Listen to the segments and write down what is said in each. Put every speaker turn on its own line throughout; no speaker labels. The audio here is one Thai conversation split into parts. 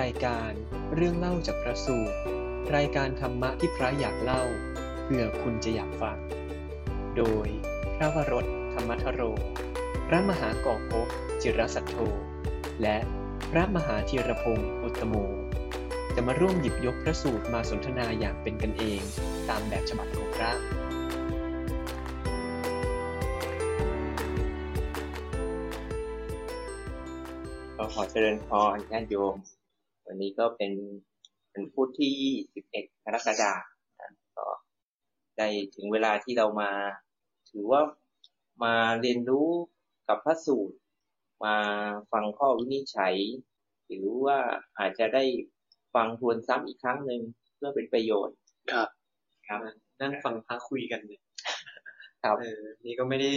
รายการเรื่องเล่าจากพระสูตร รายการธรรมะที่พระอยากเล่า เพื่อคุณจะอยากฟัง โดยพระวรดธรรมทโร พระมหากอกภพจิรสัตโธ และพระมหาธีรพงศ์อุตตโม จะมาร่วมหยิบยกพระสูตรมาสนทนาอย่างเป็นกันเอง ตามแบบฉบับของพระ
ก็ขอเจริญพรญาติโยม วันนี้ก็เป็นเป็นพุธที่ 11กรกฎาคมนะก็ได้ถึงเวลาที่เรามา ถือว่ามาเรียนรู้กับพระสูตร มาฟังข้อวินิจฉัย หรือว่าอาจจะได้ฟังทวนซ้ำอีกครั้งหนึ่งเพื่อเป็นประโยชน์
ครับ
ครับ
นั่งฟังพระคุยกันเนี่ย
ครับ
เออ นี่ก็ไม่ได้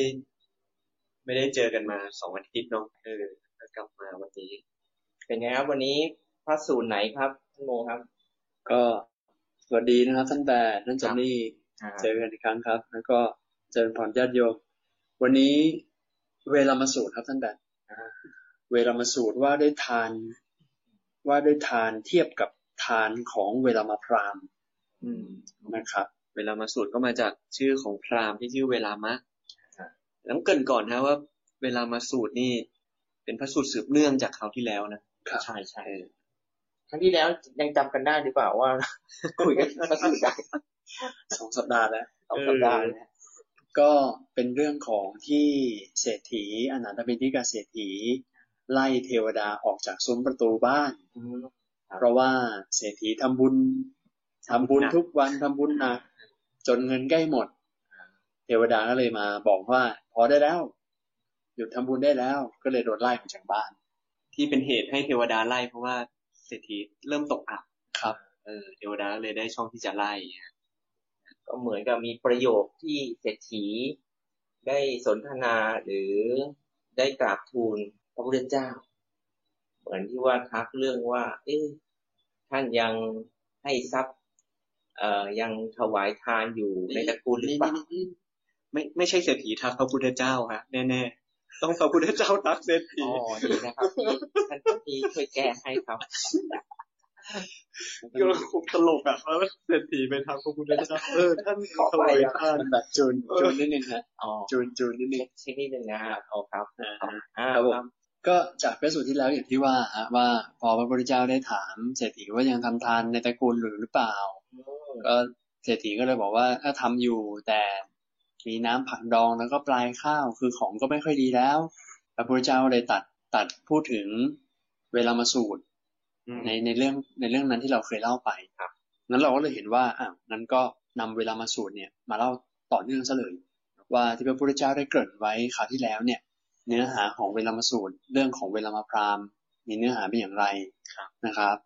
ไม่ได้เจอกันมาสองอาทิตย์เนาะเออแล้วกลับมาวันนี้
เป็นไงครับวันนี้พระสูตรไหนครับท่านโมครับ
ก็สวัสดีนะครับท่านแต่ท่านจอนนี่
อ่า
เจอกันอีกครั้งครับ แล้วก็เจริญพรญาติโยมวันนี้เวลามาสูตรครับท่านแต่เวลามาสูตรว่าด้วยทาน ว่าด้วยทานเทียบกับทานของเวลามาพราหมณ์
อืม
นะครับ
เวลามาสูตรก็มาจากชื่อของพราหมณ์ที่ชื่อเวลามะแล้วเกรินก่อนนะว่า เวลามาสูตรนี่ เป็นพระสูตรสืบเนื่องจากคราวที่แล้วนะ
ครับ
ใช่ใช่
ครั้งที่แล้วยังจำกันได้หรือเปล่าว่า คุยกันพระสูตรได้
สองสัปดาห์แล้ว
สองสัปดาห์นะ
ก็เป็นเรื่องของที่เศรษฐีอนาถบินทิกาเศรษฐี ไล่เทวดาออกจากซุ้มประตูบ้าน เพราะว่าเศรษฐีทำบุญทำบุญ
ทำบุญหนัก
ทุกวันทำบุญหนักจนเงินใกล้หมด เทวดาก็เลยมาบอกว่า พอได้แล้ว หยุดทำบุญได้แล้ว ก็เลยโดนไล่ออกจากบ้าน
ที่เป็นเหตุให้เทวดาไล่เพราะว่าเศรษฐีเริ่มตกอับ
ครับ
เออ เทวดาก็เลยได้ช่องที่จะไล่นะ
ก็เหมือนกับมีประโยคที่เศรษฐีได้สนทนาหรือได้กราบทูลพระพุทธเจ้า เหมือนที่ว่าทักเรื่องว่า เอ๊ะท่านยังให้ทรัพย์ เอ่อยังถวายทานอยู่ในตระกูลหรือเปล่า
ไม่ไม่ใช่เศรษฐีทักพระพุทธเจ้าฮะแน่ๆต้องพระพุทธเจ้าทักเศรษฐี
อ๋อดีนะครับที่ท่านที่ช่วยแก้ให้ครับ
ก็คงตลกอ่ะแล้วเศรษฐีไปทำพระพุทธเจ้าเออท่าน
ขอ
ถ
ไป
วาย
อ่ะ
ทาน
มันแบบจูนจูนนิดนึงฮะ
อ๋อ
จูนจูนนิดนึง
เช็คเช็คนิดนึงนะครับเอาครับ
อ่า
อ่า
ครับผมก็จากพระสูตรที่แล้วอย่างที่ว่าฮะว่าพอพระพุทธเจ้าได้ถามเศรษฐีว่ายังทำทานในตระกูลหรือหรือเปล่า
อืม
ก็เศรษฐีก็เลยบอกว่าถ้าทำอยู่แต่มีน้ำผักดองแล้วก็ปลายข้าวคือของก็ไม่ค่อยดีแล้ว พระพุทธเจ้าเลยตัดตัดพูดถึงเวลามาสูตรในในเรื่องในเรื่องนั้นที่เราเคยเล่าไปครับงั้นเราก็เลยเห็นว่าอ่ะนั้นก็นำเวลามาสูตรเนี่ย มาเล่าต่อเนื่องซะเลย ว่าที่พระพุทธเจ้าได้เกริ่นไว้คราวที่แล้วเนี่ย เนื้อหาของเวลามาสูตร เรื่องของเวลามาพราหมณ์ มีเนื้อหาเป็นอย่างไรนะครับ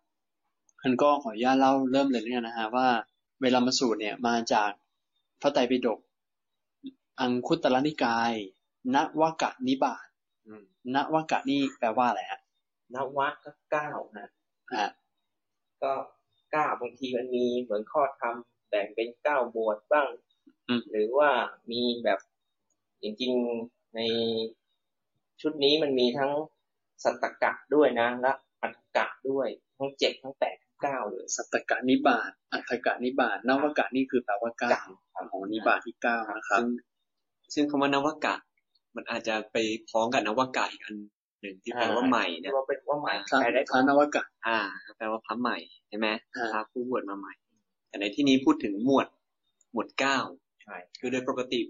ท่านก็ขออนุญาตเล่าเริ่มเลยเนี่ยนะฮะว่า เวลามาสูตรเนี่ยมาจากพระไตรปิฎกอังคุตตรนิกายนวกะนิบาต
อืม
นวกะนี่แปลว่าอะไรฮะ
นวะก็เก้านะ
อ่า
ก็เก้าบางทีมันมีเหมือนข้อธรรมแบ่งเป็นเก้าหมวดบ้าง
อืม
หรือว่ามีแบบจริงๆในชุดนี้มันมีทั้งสัตตกะด้วยนะ และอัตตกะด้วยทั้งเจ็ดทั้งแปดทั้งเก้าเลย
สัตตกะนิบาตอัฏฐกะนิบาตนวกะนี่คือแปลว่าเก้าของนิบาตที่เก้านะครับ
ซึ่งซึ่งคำว่านวกะ มันอาจจะไปพ้องกับนวกะอีกอันหนึ่งที่แปลว่าใหม่
ที่
นะ
ว่าเป็นว่าใหม่
พระ
แปลได้
พระนวกะ
อ่า แปลว่าพระใหม่ใช่ไหม
อ่า
พระผู้บวชมาใหม่ แต่ในที่นี้พูดถึงหมวด หมวดเก้า
ใช่
คือโดยปกติ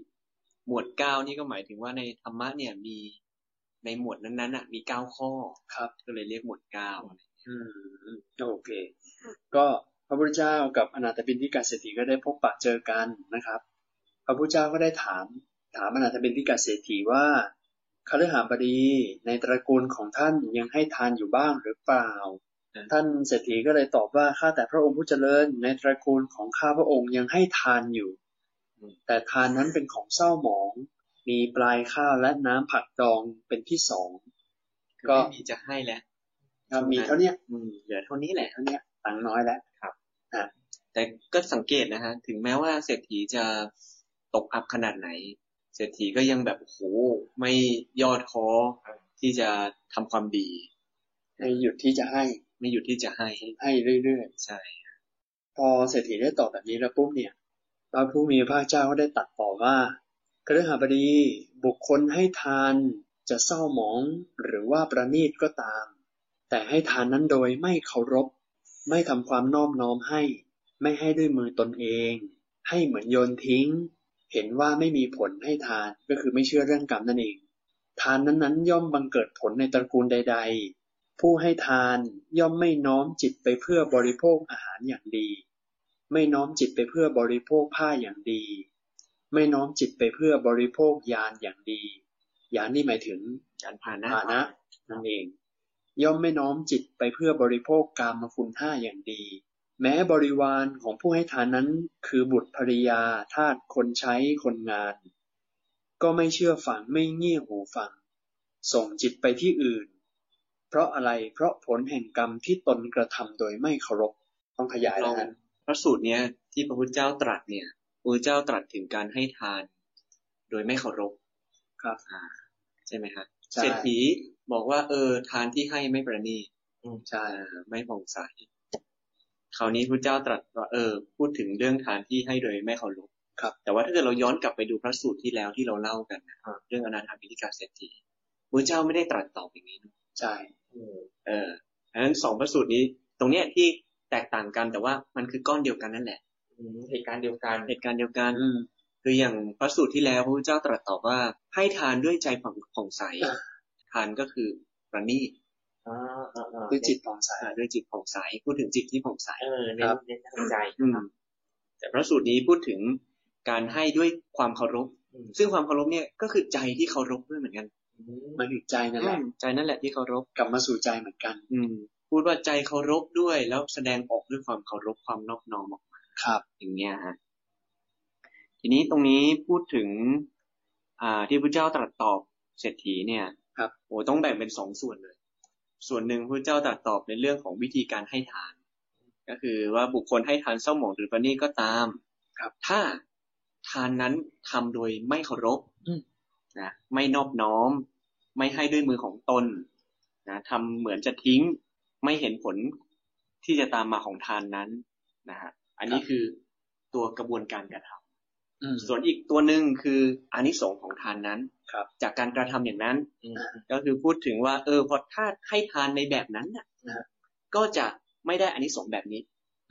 หมวดเก้านี่ก็หมายถึงว่าในธรรมะเนี่ยมีในหมวดนั้นๆอ่ะ มีเก้าข้อ
ครับ
ก็เลยเรียกหมวดเก้า
อืมโอเค ก็พระพุทธเจ้ากับอนาถบินทิกาเศรษฐีก็ได้พบปะเจอกันนะครับ พระพุทธเจ้าก็ได้ถาม ถามอนาถบินทิกาเศรษฐีว่าคฤหบดีในตระกูลของท่านยังให้ทานอยู่บ้างหรือเปล่า
อืม
ท่านเศรษฐีก็เลยตอบว่าข้าแต่พระองค์ผู้เจริญ ในตระกูลของข้าพระองค์ยังให้ทานอยู่ แต่ทานนั้นเป็นของเศร้าหมอง มีปลายข้าวและน้ำผักดองเป็นที่สอง
ก็ไม่มีจะให้แล้ว
ก็มีเท่าเนี้ย
อืมเหลือเท่านี้แหละ
เท่าเนี้ยตังค์น้อยแล้ว
แต่ก็สังเกตนะฮะ ถึงแม้ว่าเศรษฐีจะตกอับขนาดไหน เศรษฐีก็ยังแบบโอ้โหไม่ย่อท้อที่จะทำความดี
ให้หยุดที่จะให้
ไม่หยุดที่จะให้
ให้เรื่อย
ใช่
ๆ พอเศรษฐีได้ตอบแบบนี้แล้วปุ๊บเนี่ยพระผู้มีพระเจ้าก็ได้ตัดต่อว่าคฤหบดีบุคคลให้ทานจะเศร้าหมองหรือว่าประนีตก็ตาม แต่ให้ทานนั้นโดยไม่เคารพ ไม่ทำความนอบน้อมให้ ไม่ให้ด้วยมือตนเอง ให้เหมือนโยนทิ้ง เห็นว่าไม่มีผลให้ทานก็คือไม่เชื่อเรื่องกรรมนั่นเอง ทานนั้นๆ ย่อมบังเกิดผลในตระกูลใด ๆ ผู้ให้ทานย่อมไม่น้อมจิตไปเพื่อบริโภคอาหารอย่างดี ไม่น้อมจิตไปเพื่อบริโภคผ้าอย่างดี ไม่น้อมจิตไปเพื่อบริโภคยานอย่างดี ยานนี่หมายถึง
การผ่านหน้า
ฐานะนั่นเอง ย่อมไม่น้อมจิตไปเพื่อบริโภคกามคุณห้าอย่างดี แม้บริวารของผู้ให้ทานนั้นคือบุตรภริยาทาสคนใช้คนงาน ก็ไม่เชื่อฟังไม่เงี่ยหูฟัง ส่งจิตไปที่อื่น เพราะอะไรเพราะผลแห่งกรรมที่ตนกระทำโดยไม่เคารพต้องขยาย
ล
นะ
อง
ฮะ
พระสูตรเนี้ยที่พระพุทธเจ้าตรัสเนี่ยพระพุทธเจ้าตรัสถึงการให้ทาน โดยไม่เคารพ
ครับ
ใช่ไหมครับ
ใช่
เศรษฐีบอกว่า เออ ทานที่ให้ไม่ประณีต
ใช่
อ่าไม่ผ่องใสคราวนี้พระเจ้าตรัสว่าเออ พูดถึงเรื่องทานที่ให้โดยไม่เคารพ
ครับ
แต่ว่าถ้าเกิดเราย้อนกลับไปดูพระสูตรที่แล้วที่เราเล่ากันนะเรื่องอนาถาบิณฑิกาเศรษฐีพระเจ้าไม่ได้ตรัสตอบอย่างนี้นะ
ใช่
เออเพราะฉะนั้นสองพระสูตรนี้ ตรงเนี้ยที่แตกต่างกันแต่ว่ามันคือก้อนเดียวกันนั่นแหละ
อืมเหตุการณ์เดียวกัน
เหตุการณ์เดียวกัน
อืม
คืออย่างพระสูตรที่แล้วพระพุทธเจ้าตรัสตอบว่า ให้ทานด้วยใจผ่องผ่องใส
อ่า
ทานก็คือประณีต
อ่าอ่าอ่า
คือจิตผ่องใส
อ่าด้วยจิตผ่องใสพูดถึงจิตที่ผ่องใส
เออใน
ครับ
ในทางใจ
อืมแต่พระสูตรนี้พูดถึงการให้ด้วยความเคารพ
อืม
ซึ่งความเคารพเนี่ยก็คือใจที่เคารพด้วยเหมือนกัน
มันถึงใจนั่นแหละ
อืมใจนั่นแหละที่เคารพ
กลับมาสู่ใจเหมือนกัน
อืม พูดว่าใจเคารพด้วยแล้วแสดงออกด้วยความเคารพความนอบน้อมออกมา
ครับ
อย่างเงี้ยฮะทีนี้ตรงนี้พูดถึง อ่า ที่พระเจ้าตรัสตอบเศรษฐีเนี่ย
ครับ
โอ้ต้องแบ่งเป็นสองส่วนเลย ส่วนหนึ่งพระเจ้าตรัสตอบในเรื่องของวิธีการให้ทาน ก็คือว่าบุคคลให้ทานเศร้าหมองหรือประณีตก็ตาม
ครับ
ถ้าทานนั้นทำโดยไม่เคารพ
อืม
นะไม่นอบน้อม ไม่ให้ด้วยมือของตนนะทำเหมือนจะทิ้ง ไม่เห็นผลที่จะตามมาของทานนั้นนะฮะอันนี้คือตัวกระบวนการการะท
อืม
ำส่วนอีกตัวหนึ่งคืออานิสงส์ของทานนั้น
ครับ
จากการกระทำอย่างนั้น
อืม
ก็คือพูดถึงว่า เออพอถ้าให้ทานในแบบนั้นน่ะ
นะฮะ
ก็จะไม่ได้อานิสงส์แบบนี้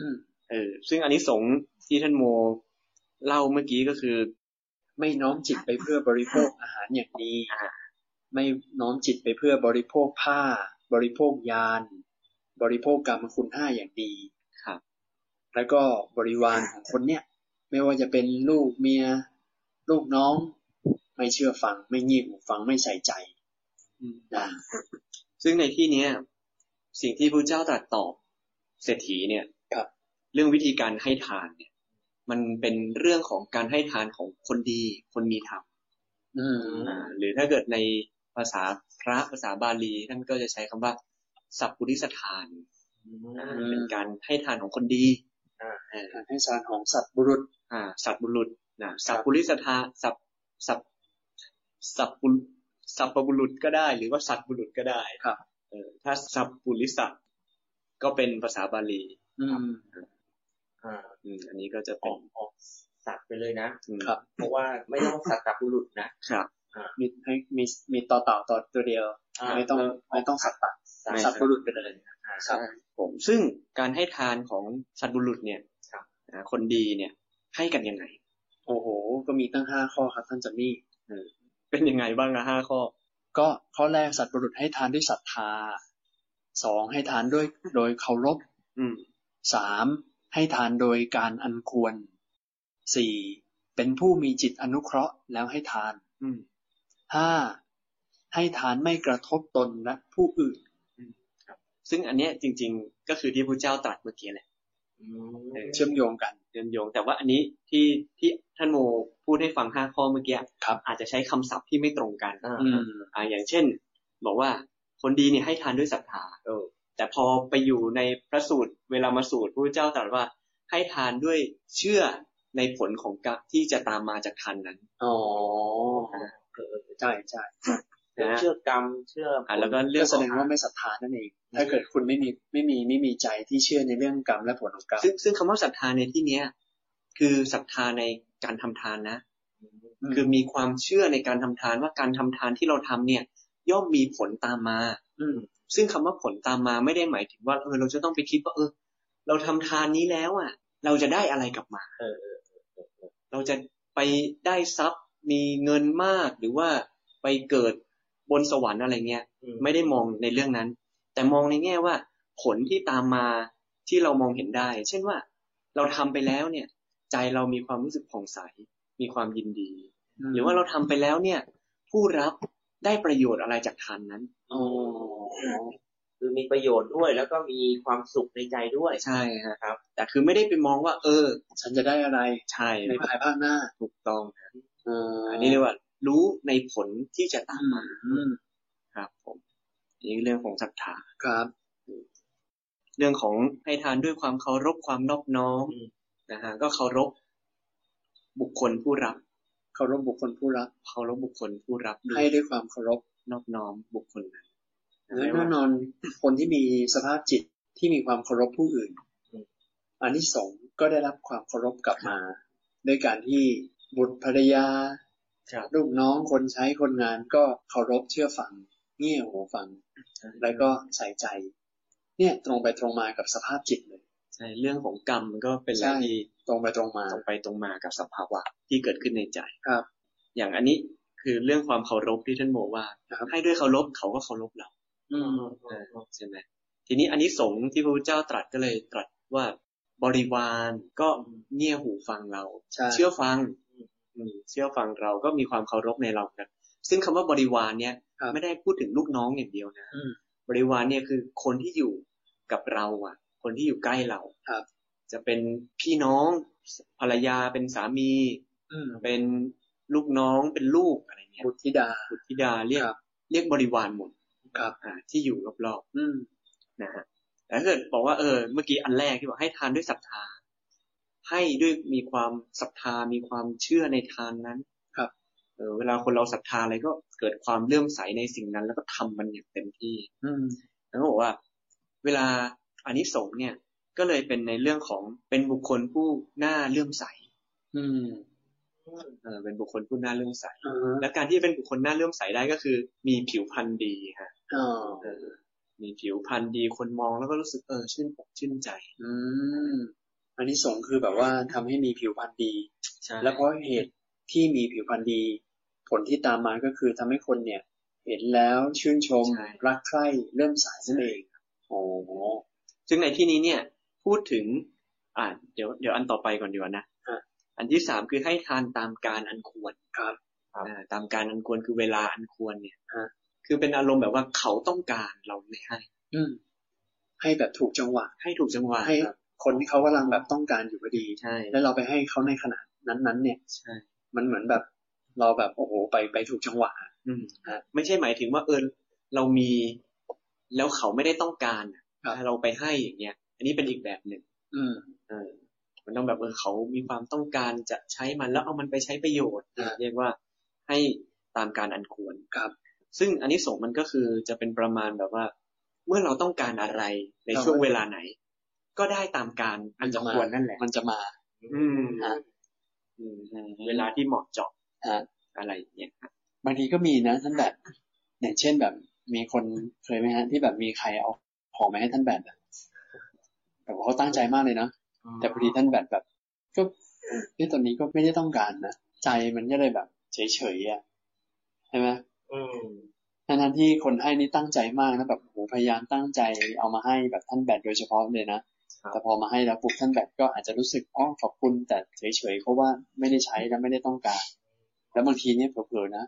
อืม
เออ ซึ่งอานิสงส์ที่ท่านโมเล่าเมื่อกี้ก็คือ
ไม่น้อมจิตไปเพื่อบริโภคอาหารอย่างดี
อ่า
ไม่น้อมจิตไปเพื่อบริโภคผ้า บริโภคยาน บริโภคกรรมคุณห้าอย่างดี
ครับ
แล้วก็บริวารของคนเนี่ย ไม่ว่าจะเป็นลูกเมีย ลูกน้อง ไม่เชื่อฟัง ไม่เงียบหูฟังไม่ใส่ใจ
อืม
นะ
ซึ่งในที่เนี้ย สิ่งที่พระเจ้าตรัสตอบเศรษฐีเนี่ย
ครับ
เรื่องวิธีการให้ทานเนี่ย มันเป็นเรื่องของการให้ทานของคนดี คนมีธรรม
อืม
อ่าหรือถ้าเกิดในภาษาพระภาษาบาลีท่านก็จะใช้คำว่า สัพพุริสทาน
อื
อ่าม เป็นการให้ทานของคนดี
อ่า
เออ
การให้สารของสัตว์บุรุษ
อ่า สัตว์บุรุษนะสัพพุริสทานสัพสัพสัพปุสัพบุรุษก็ได้ หรือว่าสัตว์บุรุษก็ได้
ครับ
เออถ้าสัพปุริสะก็เป็นภาษาบาลี
อืม
อ่า
อืมอันนี้ก็จะ
อ
เป็
อน กออกสัตว์ไปเลยนะ
อืม
ครับ
เพราะว่าไม่ต้องสัตว์กับบุรุษนะ
ครับ
มีให้มีมีต่อเต่าต่อตัวเดียว
อ่า
ไม่ต้องไม่ต้องสัตว์ตัด
สัต
ไม่
ว์
สัตว์บุรุษไปเลย
อ่า
ครับ
ผมซึ่งการให้ทานของสัตว์บุรุษเนี่ย
ครับ
อ่าคนดีเนี่ย ให้กันยังไง
โอ้โห ก็มีตั้งห้าข้อครับท่านจอมนี่
เป็นยังไงบ้างอะห้าข้อ
ก็ข้อแรกสัตว์บุรุษให้ทานด้วยศรัทธาสองให้ทานด้วยโดยเคารพ
อืม
สามให้ทานโดยการอันควรสี่เป็นผู้มีจิตอนุเคราะห์แล้วให้ทาน
อืม
ห้าให้ทานไม่กระทบตนและผู้อื่น
ซึ่งอันเนี้ยจริง ๆ ก็คือที่พระเจ้าตรัสเมื่อกี้แหละ
อืม
เชื่อมโยงกัน
เชื่อมโยงแต่ว่าอันนี้ที่ที่ท่านโมพูดให้ฟังห้าข้อเมื่อกี้
ครับ
อาจจะใช้คำศัพท์ที่ไม่ตรงกัน
อ่า
อืม
อ่าอย่างเช่น บอกว่าคนดีเนี่ยให้ทานด้วยศรัทธา
เออ
แต่พอไปอยู่ในพระสูตรเวลามาสูตรพระพุทธเจ้าตรัสว่าให้ทานด้วยเชื่อในผลของกรรมที่จะตามมาจากทานนั้น
อ๋อ
เออ
ใช่ใช่
นะฮะ
เชื่อกรรมเชื่อผ
อ่ะแล้วก็เรื่อง
ก็แสดงว่าไม่ศรัทธานั่นเอง ถ้าเกิดคุณไม่มีไม่มีไม่มีใจที่เชื่อในเรื่องกรรมและผลของกรรม
ซึ่งซึ่งคำว่าศรัทธาในที่เนี้ย คือศรัทธาในการทำทานนะ คือมีความเชื่อในการทำทานว่าการทำทานที่เราทำเนี่ย ย่อมมีผลตามมา
อืม
ซึ่งคำว่าผลตามมาไม่ได้หมายถึงว่าเออเราจะต้องไปคิดว่าเออ เราทำทานนี้แล้วอ่ะ เราจะได้อะไรกลับมา
เออเออ
เราจะไปได้ทรัพย์มีเงินมากหรือว่าไปเกิดบนสวรรค์อะไรเงี้ย
อื
ไม่ได้มองในเรื่องนั้น แต่มองในแง่ว่าผลที่ตามมาที่เรามองเห็นได้ เช่นว่าเราทำไปแล้วเนี่ย ใจเรามีความรู้สึกผ่องใส มีความยินดี หรือว่าเราทำไปแล้วเนี่ย ผู้รับได้ประโยชน์อะไรจากทานนั้น
โอ้
คือมีประโยชน์ด้วย แล้วก็มีความสุขในใจด้วย
ใช่ฮะ
ครับ
แต่คือไม่ได้ไปมองว่า เออ
ฉันจะได้อะไร
ใช่
ในภายภาคหน้า
ถูกต้อง
เอออั
อันนี้เรียกว่า รู้ในผลที่จะตามมา
อืม
ครับผมอันนี่เรื่องของศรัทธา
ครับ
เรื่องของให้ทานด้วยความเคารพความนอบน้อม
อืม
นะฮะก็เคารพบุคคลผู้รับ
เคารพบุคคลผู้รับ
เคารพบุคคลผู้รับด้ว
ให้
ย
ด้วยความเคารพ
นอบน้อมบุคคลนั้น
และ
ไม่
แน่
ว่าน
อนคนที่มีสภาพจิตที่มีความเคารพผู้อื่น
อืม
อันที่สงส์ก็ได้รับความเคารพกลับมา ด้วยการที่บุตรภรรยา
ครับ
ลูกน้องคนใช้คนงานก็เคารพเชื่อฟัง เงี่ยหูฟัง แล้วก็ใส่ใจ เนี่ยตรงไปตรงมากับสภาพจิตเลย
ใช่เรื่องของกรรมก็เป็นอะไร
ใช่
ที่
ตรงไปตรงมา
ตรงไปตรงมากับสภาวะที่เกิดขึ้นในใจ
ครับ
อย่างอันนี้คือเรื่องความเคารพที่ท่านโมว่า
นะครับ
ให้ด้วยเคารพเขาก็เคารพเรา
อืม
เออใช่ไหมทีนี้อันนี้สงส์ที่พระพุทธเจ้าตรัสก็เลยตรัสว่าบริวารก็เงี่ยหูฟังเรา
ใช่
เชื่อฟังอืมเชื่อฟังเราก็มีความเคารพในเรากันซึ่งคำว่าบริวารเนี่ย
ครับ
ไม่ได้พูดถึงลูกน้องอย่างเดียวนะ
อืม
บริวารเนี่ยคือคนที่อยู่กับเราอ่ะ คนที่อยู่ใกล้เรา
ครับ
จะเป็นพี่น้องภรรยาเป็นสามี
อืม
เป็นลูกน้องเป็นลูกอะไรเงี้ย
บุตรธิดา
บุตรธิดาเรียก
ครับ
เรียกบริวารหมด
ครับ
อ่าที่อยู่รอบๆ
อืม
นะฮะแต่ถ้าเกิดบอกว่าเออเมื่อกี้อันแรกที่บอกให้ทานด้วยศรัทธา ให้ด้วยมีความศรัทธามีความเชื่อในทานนั้น
ครับ
เออเวลาคนเราศรัทธาอะไรก็เกิดความเลื่อมใสในสิ่งนั้น แล้วก็ทำมันอย่างเต็มที่
อืม
แล้วก็บอกว่า เวลาอันนี้สงส์เนี่ย ก็เลยเป็นในเรื่องของเป็นบุคคลผู้น่าเลื่อมใส
อืม
เออเป็นบุคคลผู้น่าเลื่อมใส
อ่า
และการที่เป็นบุคคลน่าเลื่อมใสได้ก็คือ มีผิวพรรณดีฮะ
อ๋อ
เออ มีผิวพรรณดีคนมองแล้วก็รู้สึกเออชื่นอกชื่นใจ
อืมอันนี้สงส์คือแบบว่าทำให้มีผิวพรรณดี และเพราะเหตุที่มีผิวพรรณดี ผลที่ตามมาก็คือทำให้คนเนี่ย เห็นแล้วชื่นชม
ใช่
รักใคร่เริ่อมใสายนั่นเองโอ้โห
ซึ่งในที่นี้เนี่ยพูดถึง อ่าเดี๋ยวเดี๋ยวอันต่อไปก่อนดีกว่านะ
ฮะ
อันที่สามคือให้ทานตามการอันควร
ครับ
อ่าตามการอันควรคือเวลาอันควรเนี่ย
ฮะ
คือเป็นอารมณ์แบบว่าเขาต้องการเราไม่ให้
อืม ให้แบบถูกจังหวะ
ให้ถูกจังหวะ
ให้คนที่เขากำลังแบบต้องการอยู่พอดี
ใช่
แล้วเราไปให้เขาในขณะนั้นๆ เนี่ย
ใช่
มันเหมือนแบบ เราแบบโอ้โหไปไปถูกจังหวะ
อืม
ฮะ
ไม่ใช่หมายถึงว่าเออเรามีแล้วเขาไม่ได้ต้องการอะ
ครับ
เราไปให้อย่างเงี้ย อันนี้เป็นอีกแบบหนึ่ง
อืม
เออมันต้องแบบเออเขามีความต้องการจะใช้มันแล้วเอามันไปใช้ประโยชน์
ฮะ
เรียกว่าให้ตามการอันควร
ครับ
ซึ่งอันนี้ส่งส์มันก็คือจะเป็นประมาณแบบว่า เมื่อเราต้องการอะไรในช่วงเวลาไหน ก็ได้ตามการอันจะควรนั่นแหละ
มันจะมา
อืม
ฮะ
อืมเวลาที่เหมาะเจาะ
ฮะ
อะไรอย่างเงี้ยครับ
บางทีก็มีนะท่านแบบอย่างเช่นแบบ มีคนเคยไหมฮะที่แบบมีใครเอาของมาให้ท่านแบบอะแต่ว่าเขาตั้งใจมากเลยนะแต่พอดีท่านแบบแบบ ก็ที่ตอนนี้ก็ไม่ได้ต้องการนะใจมันก็เลยแบบ เฉยๆอ่ะใช่ไหม
อืม
ทั้งๆที่คนให้นี่ตั้งใจมากนะแบบโอ้โหพยายามตั้งใจเอามาให้แบบท่านแบดโดยเฉพาะเลยนะแต่พอมาให้แล้วปุ๊บท่านแบดก็อาจจะรู้สึกอ้อขอบคุณแต่เฉยๆเพราะว่าไม่ได้ใช้และไม่ได้ต้องการ แล้วบางทีเนี่ยเผลอๆนะ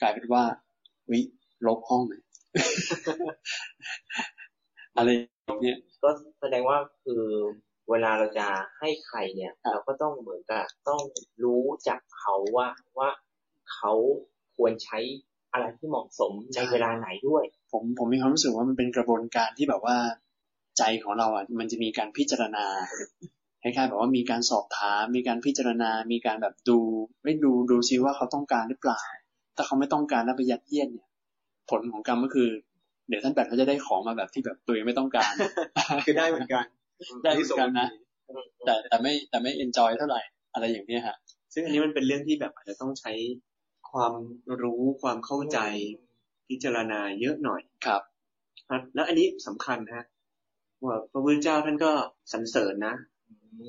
กลายเป็นว่าวิลบห้องเลย อะไรแบบเนี่ย
ก็แสดงว่าคือเวลาเราจะให้ใครเนี่ย
ครับ
เราก็ต้องเหมือนกับต้องรู้จักเขาว่าว่าเขาควรใช้อะไรที่เหมาะสมในเวลาไหนด้วย
ผมผมมีความรู้สึกว่ามันเป็นกระบวนการที่แบบว่าใจของเราอ่ะมันจะมีการพิจารณาคล้ายๆแบบว่ามีการสอบถามมีการพิจารณา มีการแบบดูไม่ดูดูซิว่าเขาต้องการหรือเปล่า ถ้าเขาไม่ต้องการแล้วไปยัดเยียดเนี่ย ผลของกรรมก็คือ เดี๋ยวท่านแปดเขาจะได้ของมาแบบที่แบบตัวเองไม่ต้องการ
คือได้เหมือนกัน
ได้เหมือนกันนะ แต่แต่ไม่แต่ไม่เอนจอยเท่าไหร่อะไรอย่างเนี้ยฮะ
ซึ่งอันนี้มันเป็นเรื่องที่แบบอาจจะต้องใช้ความรู้ความเข้าใจพิจารณาเยอะหน่อย
ครับ
ครับแล้วอันนี้สำคัญฮะว่าพระพุทธเจ้าท่านก็สรรเสริญนะ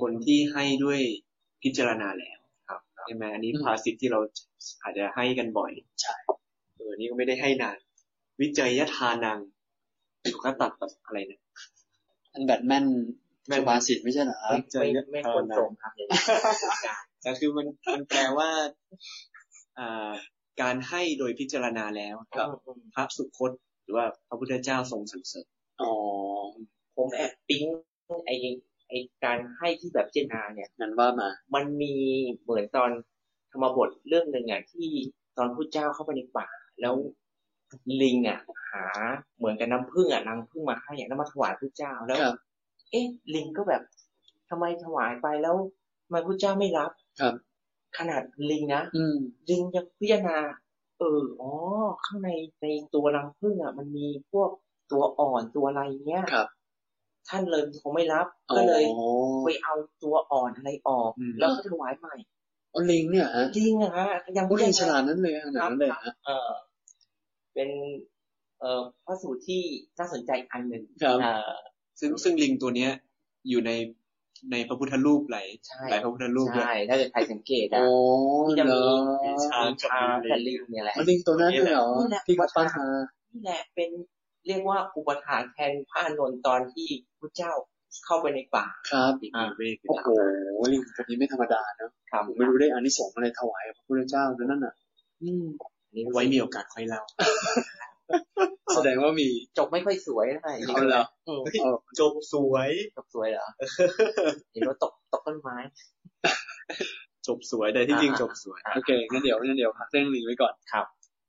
คนที่ให้ด้วยพิจารณาแล้วครับใช่ไหมอันนี้
อืม
ภาษิตที่เราอาจจะให้กันบ่อย
ใช่
เออนี่ก็ไม่ได้ให้นาน วิจัยยทานังสุขตัดตัดอะไรนะ
อันแบทแม่น
แม่น
สุภาษิตไม่ใช่เหรอครับ
ไม่ไม่ควรส่งครับอย่างนี้
แต่คือมันมันแปลว่าอ่าการให้โดยพิจารณาแล้ว
ครับ
พระสุคตหรือว่าพระพุทธเจ้าทรงสรรเสริญ
อ๋อ
ผมแอบปิ๊งไอไอการให้ที่แบบเจรนาเนี่ย
งั้นว่ามา
มันมีเหมือนตอนธรรมบทเรื่องหนึ่งอ่ะที่ตอนพระเจ้าเข้าไปในป่า แล้วลิงอ่ะ หาเหมือนกับน้ำผึ้งอ่ะนางผึ้งมาให้อ่ะแล้วมาถวายพระเจ้าแล้ว
ครับ
เอ๊ะลิงก็แบบทำไมถวายไปแล้วทำไมพระเจ้าไม่รับ
ครับ
ขนาดลิงนะ
อืม
ลิงยังพิจารณา เอออ๋อ ข้างในในตัวรังผึ้งอ่ะ มันมีพวกตัวอ่อนตัวอะไรเนี้ย
ครับ
ท่านเลยคงไม่รับ
อ๋อ
ก็เลยไปเอาตัวอ่อนอะไรออก
อืม
แล้วก็ถวายใหม่
อ๋อลิงเนี่ยฮะ
จริงอะฮะยัง
โอ้ลิง
ไม่
ฉลาดนั้นเลยขนาดนั้นเลยฮะ
เออเป็น เอ่อพระสูตรที่น่าสนใจอันหนึ่ง
ครับ
เอ่อ
ซึ่งซึ่งลิงตัวเนี้ย อยู่ในในพระพุทธรูปหลาย
ใช่
หลายพระพุทธรูปด้วย
ใช่ถ้าเกิดใครสังเกต
โอ้
อะ ที่จะ
เหร
มี
อ
มีช้าง
มีช้างกับลิงเนี่ยแหละ
อ๋อลิงตัวนั้นด้วยเหรอ
นี่แหละ
ที่เขาปั้นมา
นี่แหละเป็นเรียกว่าอุปทานแทนพระอานนท์ตอนที่พระเจ้าเข้าไปในป่า
ครับ
อ่า
เวก
โอ้โหลิงตัวนี้ไม่ธรรมดาเนอะ
ครับ
ผมไม่รู้ได้อานิสงส์อะไรถวายพระพุทธเจ้าด้วยนั่นน่ะ อืม
นี่
ไว้มีโอกาสค่อยเล่า
แสดงว่ามี
จบไม่ค่อยสวยเท่าไหร่
เอาเหรอ
อืม
เออ
จบสวย
จบสวยเหรอเห็นว่าตกตกต้นไม้
จบสวยแต่ที่จริง
อ่า
จบสวย
โอเคงั้นเดี๋ยวงั้นเดี๋ยวพักเรื่องลิงไว้ก่อน
ครับ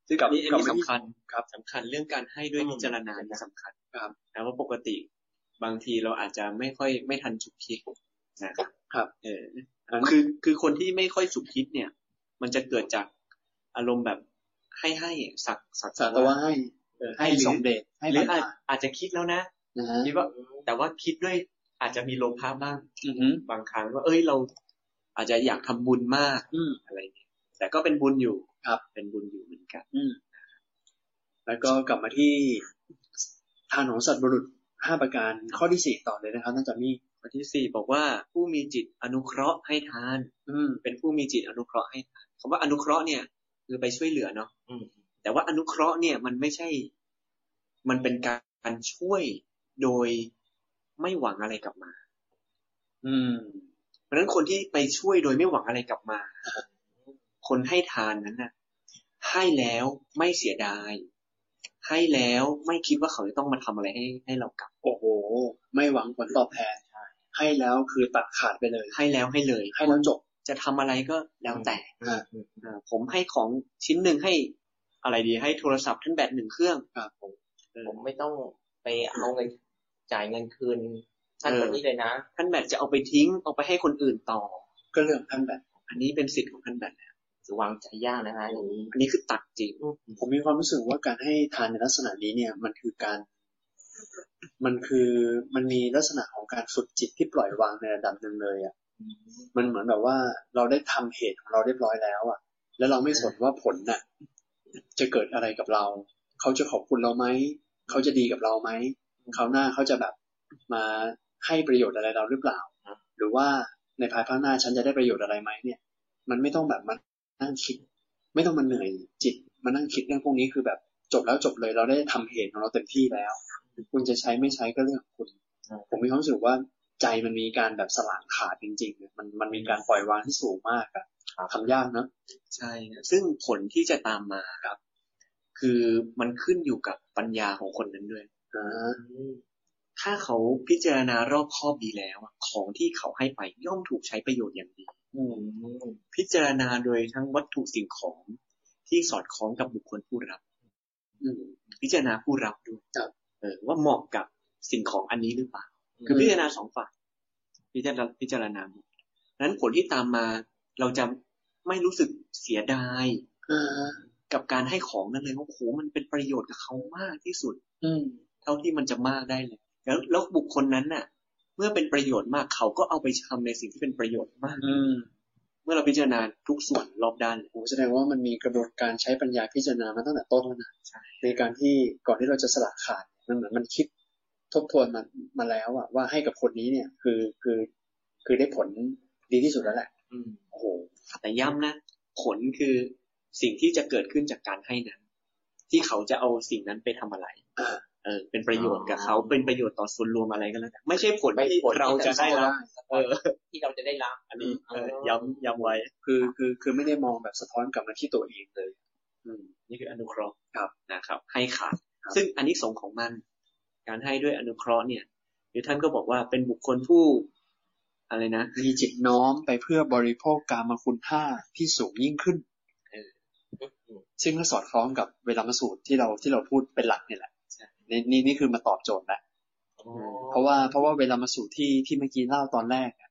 ซึ่งกลับกลับมาที่
ครับสำคัญเรื่องการให้ด้วย
อืม
พิจารณาเนี่ยสำคัญ
ครับ
นะว่าปกติ บางทีเราอาจจะไม่ค่อยไม่ทันฉุกคิดนะครับ
ครับ
เออคือคือคนที่ไม่ค่อยฉุกคิดเนี่ย มันจะเกิดจากอารมณ์แบบให้ให้สักสัก
สัตวะให้
เออ
ให้
ให้หรื
ส
อ
มเด็จให้
หรืออาจ
ผ่าน
อาจจะคิดแล้วนะ
ๆนะฮะ
คิดว่าแต่ว่าคิดด้วยอาจจะมีโลภะบ้าง
อือหือบ
างครั้งว่าเอ้ยเรา อาจจะอยากทำบุญมาก
อืม
อะไรเงี้ยแต่ก็เป็นบุญอยู่
ครับ
เป็นบุญอยู่เหมือนกัน
อืมแล้วก็กลับมาที่ทานของสัตว์บุรุษห้าประการข้อที่สี่ต่อเลยนะครับท่านจอมมี่
ข้อที่สี่บอกว่าผู้มีจิตอนุเคราะห์ให้ทาน
อืม
เป็นผู้มีจิตอนุเคราะห์ให้ทานคำว่าอนุเคราะห์เนี่ยคือไปช่วยเหลือเนาะ
อืม
แต่ว่าอนุเคราะห์เนี่ยมันไม่ใช่ มันเป็นการช่วยโดยไม่หวังอะไรกลับมา
อืม
เพราะฉะนั้นคนที่ไปช่วยโดยไม่หวังอะไรกลับมา คนให้ทานนั้นน่ะ ให้แล้วไม่เสียดาย ให้แล้วไม่คิดว่าเขาจะต้องมาทำอะไรให้ให้เรากลับ
โอ้โห ไม่หวังผลตอบแทนให้แล้วคือตัดขาดไปเลย
ให้แล้วให้เลย
ให้แล้วจบ
จะทำอะไรก็แล้วแต่
อ่า
อ่าผมให้ของชิ้นหนึ่งให้อะไรดีให้โทรศัพท์ท่านแบตหนึ่งเครื่อง
ครับผม
ผมไม่ต้องไปเอาเงินจ่ายเงินคืนท่าน
เออ
คนนี้เลยนะ
ท่านแบตจะเอาไปทิ้งเอาไปให้คนอื่นต่อ
ก็เรื่องท่านแบบ
อันนี้เป็นสิทธิ์ของท่านแบตแล้ว
จะวางใจยากนะฮะอย่างนี้
อันนี้คือตัดจริง
ผมมีความรู้สึกว่าการให้ทานในลักษณะนี้เนี่ย มันคือการ มันคือมันมีลักษณะของการฝึกจิตที่ปล่อยวางในระดับหนึ่งเลยอะ่ะ มันเหมือนแบบว่าเราได้ทำเหตุของเราเรียบร้อยแล้วอะ่ะ แล้วเราไม่สนว่าผลน่ะ จะเกิดอะไรกับเรา เขาจะขอบคุณเราไหม เขาจะดีกับเราไหมเขาวหน้าเขาจะแบบมาให้ประโยชน์อะไรเราหรือเปล่า หรือว่าในภายภาคหน้าฉันจะได้ประโยชน์อะไรไหมเนี่ย มันไม่ต้องแบบมันนั่งคิด ไม่ต้องมาเหนื่อยจิตมานั่งคิดเรื่องพวกนี้คือแบบจบแล้วจบเลยเราได้ทำเหตุของเราเต็มที่แล้ว คุณจะใช้ไม่ใช้ก็เรื่องของคุณ ผมมีความรู้สึกว่าใจมันมีการแบบสลางขาดจริงๆเนี่ยมันมันมีการปล่อยวางที่สูงมากอะทำยากเนอะ
ใช่นะซึ่งผลที่จะตามมาครับ คือมันขึ้นอยู่กับปัญญาของคนนั้นด้วย
อ่า
ถ้าเขาพิจารณารอบคอบดีแล้วอะของที่เขาให้ไปย่อมถูกใช้ประโยชน์อย่างดี
อืม
พิจารณาโดยทั้งวัตถุสิ่งของที่สอดคล้องกับบุคคลผู้รับ
อืม
พิจารณาผู้รับด้วย
ครับ
เออว่าเหมาะกับสิ่งของอันนี้หรือเปล่า คือพิจารณาสองฝ่ายพิจารณาพิจารณาหมดนั้นผลที่ตามมาเราจะไม่รู้สึกเสียดาย
อ่า
กับการให้ของนั่นเลยว่าโอ้โหมันเป็นประโยชน์กับเขามากที่สุด
อืม
เท่าที่มันจะมากได้เลยแล้วแล้วบุคคลนั้นน่ะ เมื่อเป็นประโยชน์มากเขาก็เอาไปทำในสิ่งที่เป็นประโยชน์มาก
อืม
เมื่อเราพิจารณาทุกส่วนรอบด้านเลย
โหแสดงว่ามันมีกระบวนการใช้ปัญญาพิจารณามาตั้งแต่ต้นแล้วนะในการที่ก่อนที่เราจะสละขาดมันเหมือนมันคิดทบทวนมามาแล้วอะว่าให้กับคนนี้เนี่ย คือคือ คือได้ผลดีที่สุดแล้วแหละ
อืม
โอ้โห
แต่ย้ำนะผลคือสิ่งที่จะเกิดขึ้นจากการให้นั้น ที่เขาจะเอาสิ่งนั้นไปทำอะไร
อ่า
เออ เป็นประโยชน์กับเขาเป็นประโยชน์ต่อส่วนรวมอะไรก็แล้วแต่ไม่ใช่ผล
ไม่
ที่
ผลที่
เราจะได้รับเออ
ที่เราจะได้รับ
อันนี้เออ
อ๋อ
ย้ำย้ำไว้
คือคือคือไม่ได้มองแบบสะท้อนกลับมาที่ตัวเองเลย
อืมนี่คืออนุเคราะห์
ครับ
นะครับ ให้ขาด
ครับ
ซึ่งอันนี้สงส์ของมัน การให้ด้วยอนุเคราะห์เนี่ยหรือท่านก็บอกว่าเป็นบุคคลผู้อะไรนะ
มีจิตน้อมไปเพื่อบริโภคกามคุณห้าที่สูงยิ่งขึ้น ซึ่งก็สอดคล้องกับเวลามาสูตรที่เราที่เราพูดเป็นหลักเนี่ยแหละ
ใช่
นี่นี่นี่คือมาตอบโจทย์แหละ เพราะว่าเพราะว่าเวลามาสู่ที่ที่เมื่อกี้เล่าตอนแรกอะ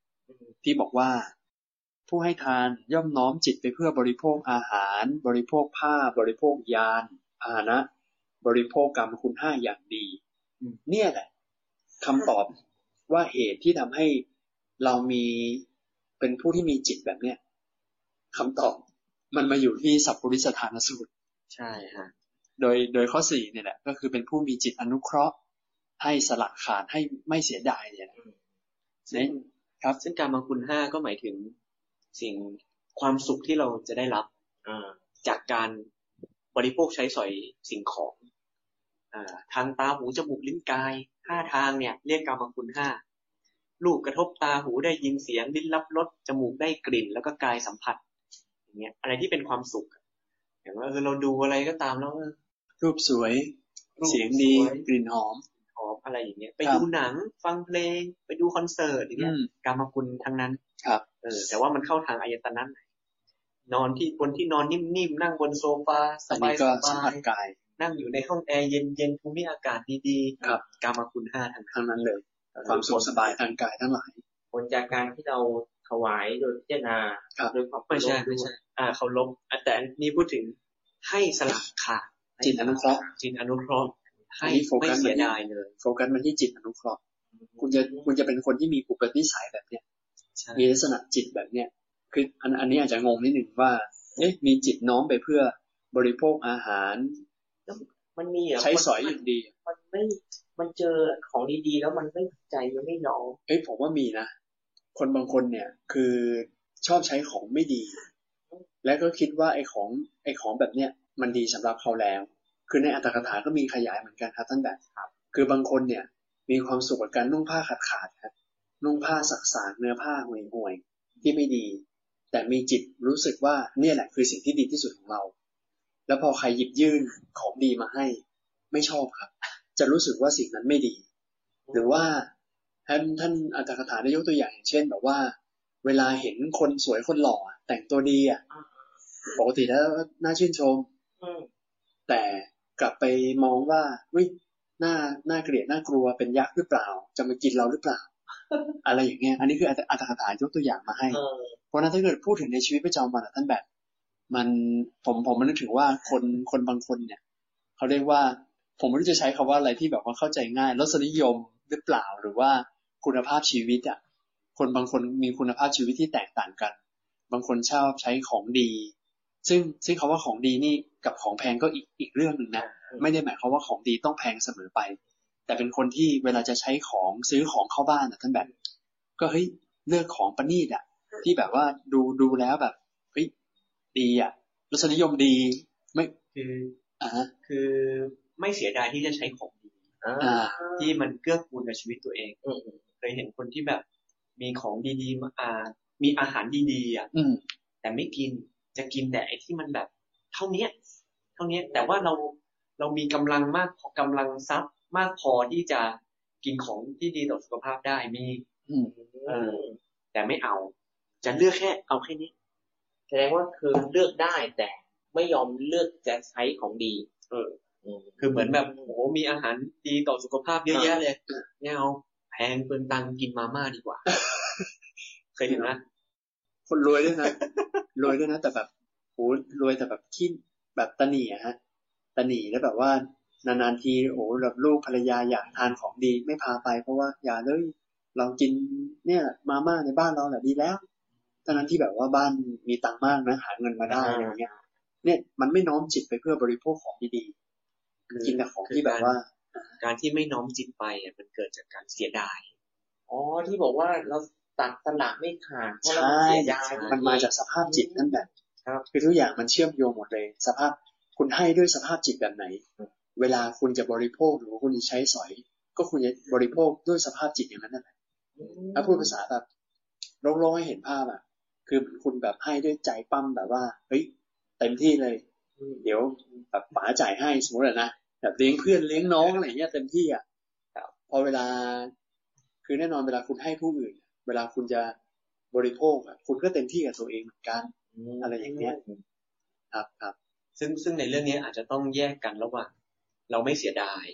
ที่บอกว่า ผู้ให้ทานย่อมน้อมจิตไปเพื่อบริโภคอาหาร บริโภคผ้า บริโภคยานพาหนะ บริโภคกรรมคุณห้าอย่างดี เนี่ยแหละคำตอบว่าเหตุที่ทำให้เรามีเป็นผู้ที่มีจิตแบบเนี้ยคำตอบมันมาอยู่ที่สัพพุริสทานสูตร
ใช่ฮะ
โดยโดยข้อสี่เนี่ยแหละก็คือเป็นผู้มีจิตอนุเคราะห์ ให้สละขาดให้ไม่เสียดายเนี่ยนะ
ซึ่ง
ครับ
ซึ่งการมาคุณห้าก็หมายถึงสิ่งความสุขที่เราจะได้รับจากการบริโภคใช้สอยสิ่งของอาทางตาหูจมูกลิ้นกายห้าทางเนี่ย เรียกการมาคุณห้ารูปกระทบตาหูได้ยินเสียงลิ้นรับรสจมูกได้กลิ่น แล้วก็กายสัมผัส อย่างเงี้ย อะไรที่เป็นความสุขอะอย่างว่าเออเราดูอะไรก็ตามแล้วเออ
รูปสวย
รูป
เสียงดี
สวย
กลิ่นหอม
หอมอะไรอย่างเงี้ย ไป
ครับ
ดูหนัง ฟังเพลง ไปดูคอนเสิร์ตอย่าง
อื
เงี้ย
ม
การมาคุณทั้งนั้น
ครับ
เออแต่ว่ามันเข้าทางอายตนะไหนนอนที่บนที่นอนนิ่มๆนั่งบนโซฟาส
อัน
บา
นี้
ย
ก็
ส
สัม
บา
ผั
ย
สกาย
นั่งอยู่ในห้องแอร์เย็นๆภูมิอากาศดี
ครับ
กามาคุณห้าทางนั้น
ทั้งนั้นเลย ความสุขสบายทางกายทั้งหลาย
ผลจากการที่เราถวายโดยพิจารณา
ครับ
โดยความเคารพ
ไม่ใช่
ด้ว
ไม่
ย
ใช่ อ่าเขาลบอ่ะแต่อันนี้พูดถึงให้สลักขาด
จิตอนุเคราะห์
จิตอนุเคราะห์ให้
อันนี้โฟ
ไม่
กัส
เสียดายเลย
โฟกัสมันที่จิตอนุเคราะห์คุณจะคุณจะเป็นคนที่มีอุปนิสัยแบบเนี้ย
ใช่
มีลักษณะจิตแบบเนี้ยคืออันอันนี้อาจจะงงนิดหนึ่งว่าเอ๊ะมีจิตน้อมไปเพื่อบริโภคอาหาร
มันมีเหรอ
ใช้สอยอย่างดี
มันไม่ มันเจอของดีๆ แล้วมันไม่ใจมันไม่น้อง
เอ้ยผมว่ามีนะ คนบางคนเนี่ยคือชอบใช้ของไม่ดี และก็คิดว่าไอ้ของไอ้ของแบบเนี้ยมันดีสำหรับเขาแล้ว คือในอัตถกถาก็มีขยายเหมือนกันครับท่านแบบครับ คือบางคนเนี่ย มีความสุขกับการนุ่งผ้าขาดขาดๆครับนุ่งผ้าสักสางเนื้อผ้าห่วยห่วยๆที่ไม่ดี แต่มีจิตรู้สึกว่าเนี่ยแหละคือสิ่งที่ดีที่สุดของเรา แล้วพอใครหยิบยื่นของดีมาให้ ไม่ชอบครับ จะรู้สึกว่าสิ่งนั้นไม่ดี หรือว่าท่านท่านอัตถกถาได้ยกตัวอย่างอย่างเช่น แบบว่า เวลาเห็นคนสวยคนหล่ออะแต่งตัวดีอ่ะปกติแล้วน่าชื่นชม
อืม
แต่กลับไปมองว่าวิหน้าหน้าเกลียดหน้ากลัวเป็นยักษ์หรือเปล่า จะมากินเราหรือเปล่า อะไรอย่างเงี้ยอันนี้คืออัตถอัตถกถายกตัวอย่างมาให้
เออ
เพราะฉะนั้นถ้าเกิดพูดถึงในชีวิตประจำวันอะท่านแบบ มันผมผมมันนึกถึงว่าคนคนบางคนเนี่ยเขาเรียกว่า ผมไม่รู้จะใช้คำว่าอะไรที่แบบว่าเข้าใจง่ายรสนิยมหรือเปล่าหรือว่าคุณภาพชีวิตอ่ะคนบางคนมีคุณภาพชีวิตที่แตกต่างกัน บางคนชอบใช้ของดี ซึ่งซึ่งคาว่าของดีนี่กับของแพงก็อีกอีกเรื่องหนึ่งนะไม่ได้หมายความว่าของดีต้องแพงเสมอไป แต่เป็นคนที่เวลาจะใช้ของซื้อของเข้าบ้านอ่ะท่านแบบ ก็เฮ้ยเลือกของประณีตอ่ะ ที่แบบว่าดูดูแล้วแบบเฮ้ยดีอ่ะรสนิยมดีไม่
คือ
อ่าฮะ
คือไม่เสียดายที่จะใช้ของดี
อ่า
ที่มันเกื้อกูลกับชีวิตตัวเอง
อืม
เคยเห็นคนที่แบบมีของดีๆมาอ่ามีอาหารดีๆอ่ะ
อืม
แต่ไม่กินจะกินแต่ไอ้ที่มันแบบ เท่าเนี้ย เท่าเนี้ย แต่ว่าเราเรามีกำลังมากพอกำลังทรัพย์มากพอที่จะกินของที่ดีต่อสุขภาพได้มี
อืม
เออ แต่ไม่เอา จะเลือกแค่เอาแค่นี้
แสดงว่าคือเลือกได้แต่ไม่ยอมเลือกจะใช้ของดี
เออ
อืม
คือเหมือนแบบโอ้โหมีอาหารดีต่อสุขภาพเยอะแยะเลย
อ่า
ไม่เอาแพงเปลืองตังค์กินมาม่าดี กว่า เคยเห็นไหม
คนรวยด้วยนะ รวยด้วยนะ แต่แบบโหรวยแต่แบบขี้ แบบตะหนีอะฮะตะหนีแล้วแบบว่านานๆทีโอ้โหแบบลูกภรรยาอยากทานของดีไม่พาไป เพราะว่าอย่าเลยเรากินเนี่ยมาม่าในบ้านเราแหละดีแล้วตอนนั้นที่แบบว่าบ้านมีตังค์มากนะหาเงินมาได้อะไรอย่างเงี้ย เนี่ยมันไม่น้อมจิตไปเพื่อบริโภคของดีๆกินแต่ของที่แบบว่า
การที่ไม่น้อมจิตไปอ่ะมันเกิดจากการเสียดาย
อ๋อที่บอกว่าเราตัดสลักไม่ขาดเพราะเรา
ใช่
เสียดาย
มันมาจากสภาพจิตนั่นแหละ
ครับ
คือทุกอย่างมันเชื่อมโยงหมดเลย สภาพคุณให้ด้วยสภาพจิตแบบไหน เวลาคุณจะบริโภคหรือว่าคุณจะใช้สอย ก็คุณจะบริโภคด้วยสภาพจิตอย่างนั้นนั่นแหละ ถ้าพูดภาษาแบบโล่งๆให้เห็นภาพอ่ะ คือเหมือนคุณแบบให้ด้วยใจปั้มแบบว่า เฮ้ย เต็มที่เลย เดี๋ยวแบบป๋าจ่ายให้สมมติอะนะแบบเลี้ยงเพื่อนเลี้ยงน้องอะไรเงี้ยเต็มที่อ่ะพอเวลา คือแน่นอนเวลาคุณให้ผู้อื่น เวลาคุณจะบริโภคอ่ะคุณก็เต็มที่กับตัวเองเหมือนกัน อะไรอย่างเงี้ย ครับครับ
ซึ่งซึ่งในเรื่องนี้อาจจะต้องแยกกันระหว่างเราไม่เสียดาย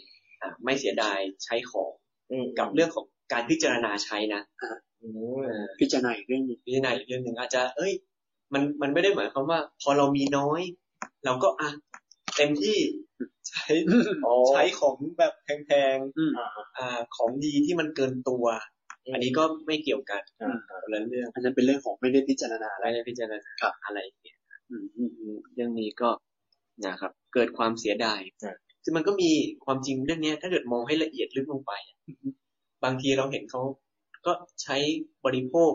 อ่ะไม่เสียดายใช้ของ
อืม
กับเรื่องของการพิจารณาใช้นะ
อืม
เออ
พิจารณาอีกเรื่องหนึง
พิจารณาอีกเรื่องหนึ่งอาจจะ เอ้ย มันมันไม่ได้หมายความว่า พอเรามีน้อย เราก็อ่ะเต็มที่ใช้
อ๋อ
ใช้ของแบบแพง
อืม
ๆอ่าของดีที่มันเกินตัว อันนี้ก็ไม่เกี่ยวกัน
อ่า
คนละเรื่อง
อันนั้นเป็นเรื่องของไม่ได้พิจารณา
อะ
แล้
ไร
ว
ในพิจารณา
ครับ
อะไรอย่างเงี้ย เรื่องนี้ก็นะครับ เกิดความเสียดายคือมันก็มีความจริงเรื่องเนี้ย ถ้าเกิดมองให้ละเอียดลึกลงไปอะบางทีเราเห็นเขาก็ใช้บริโภค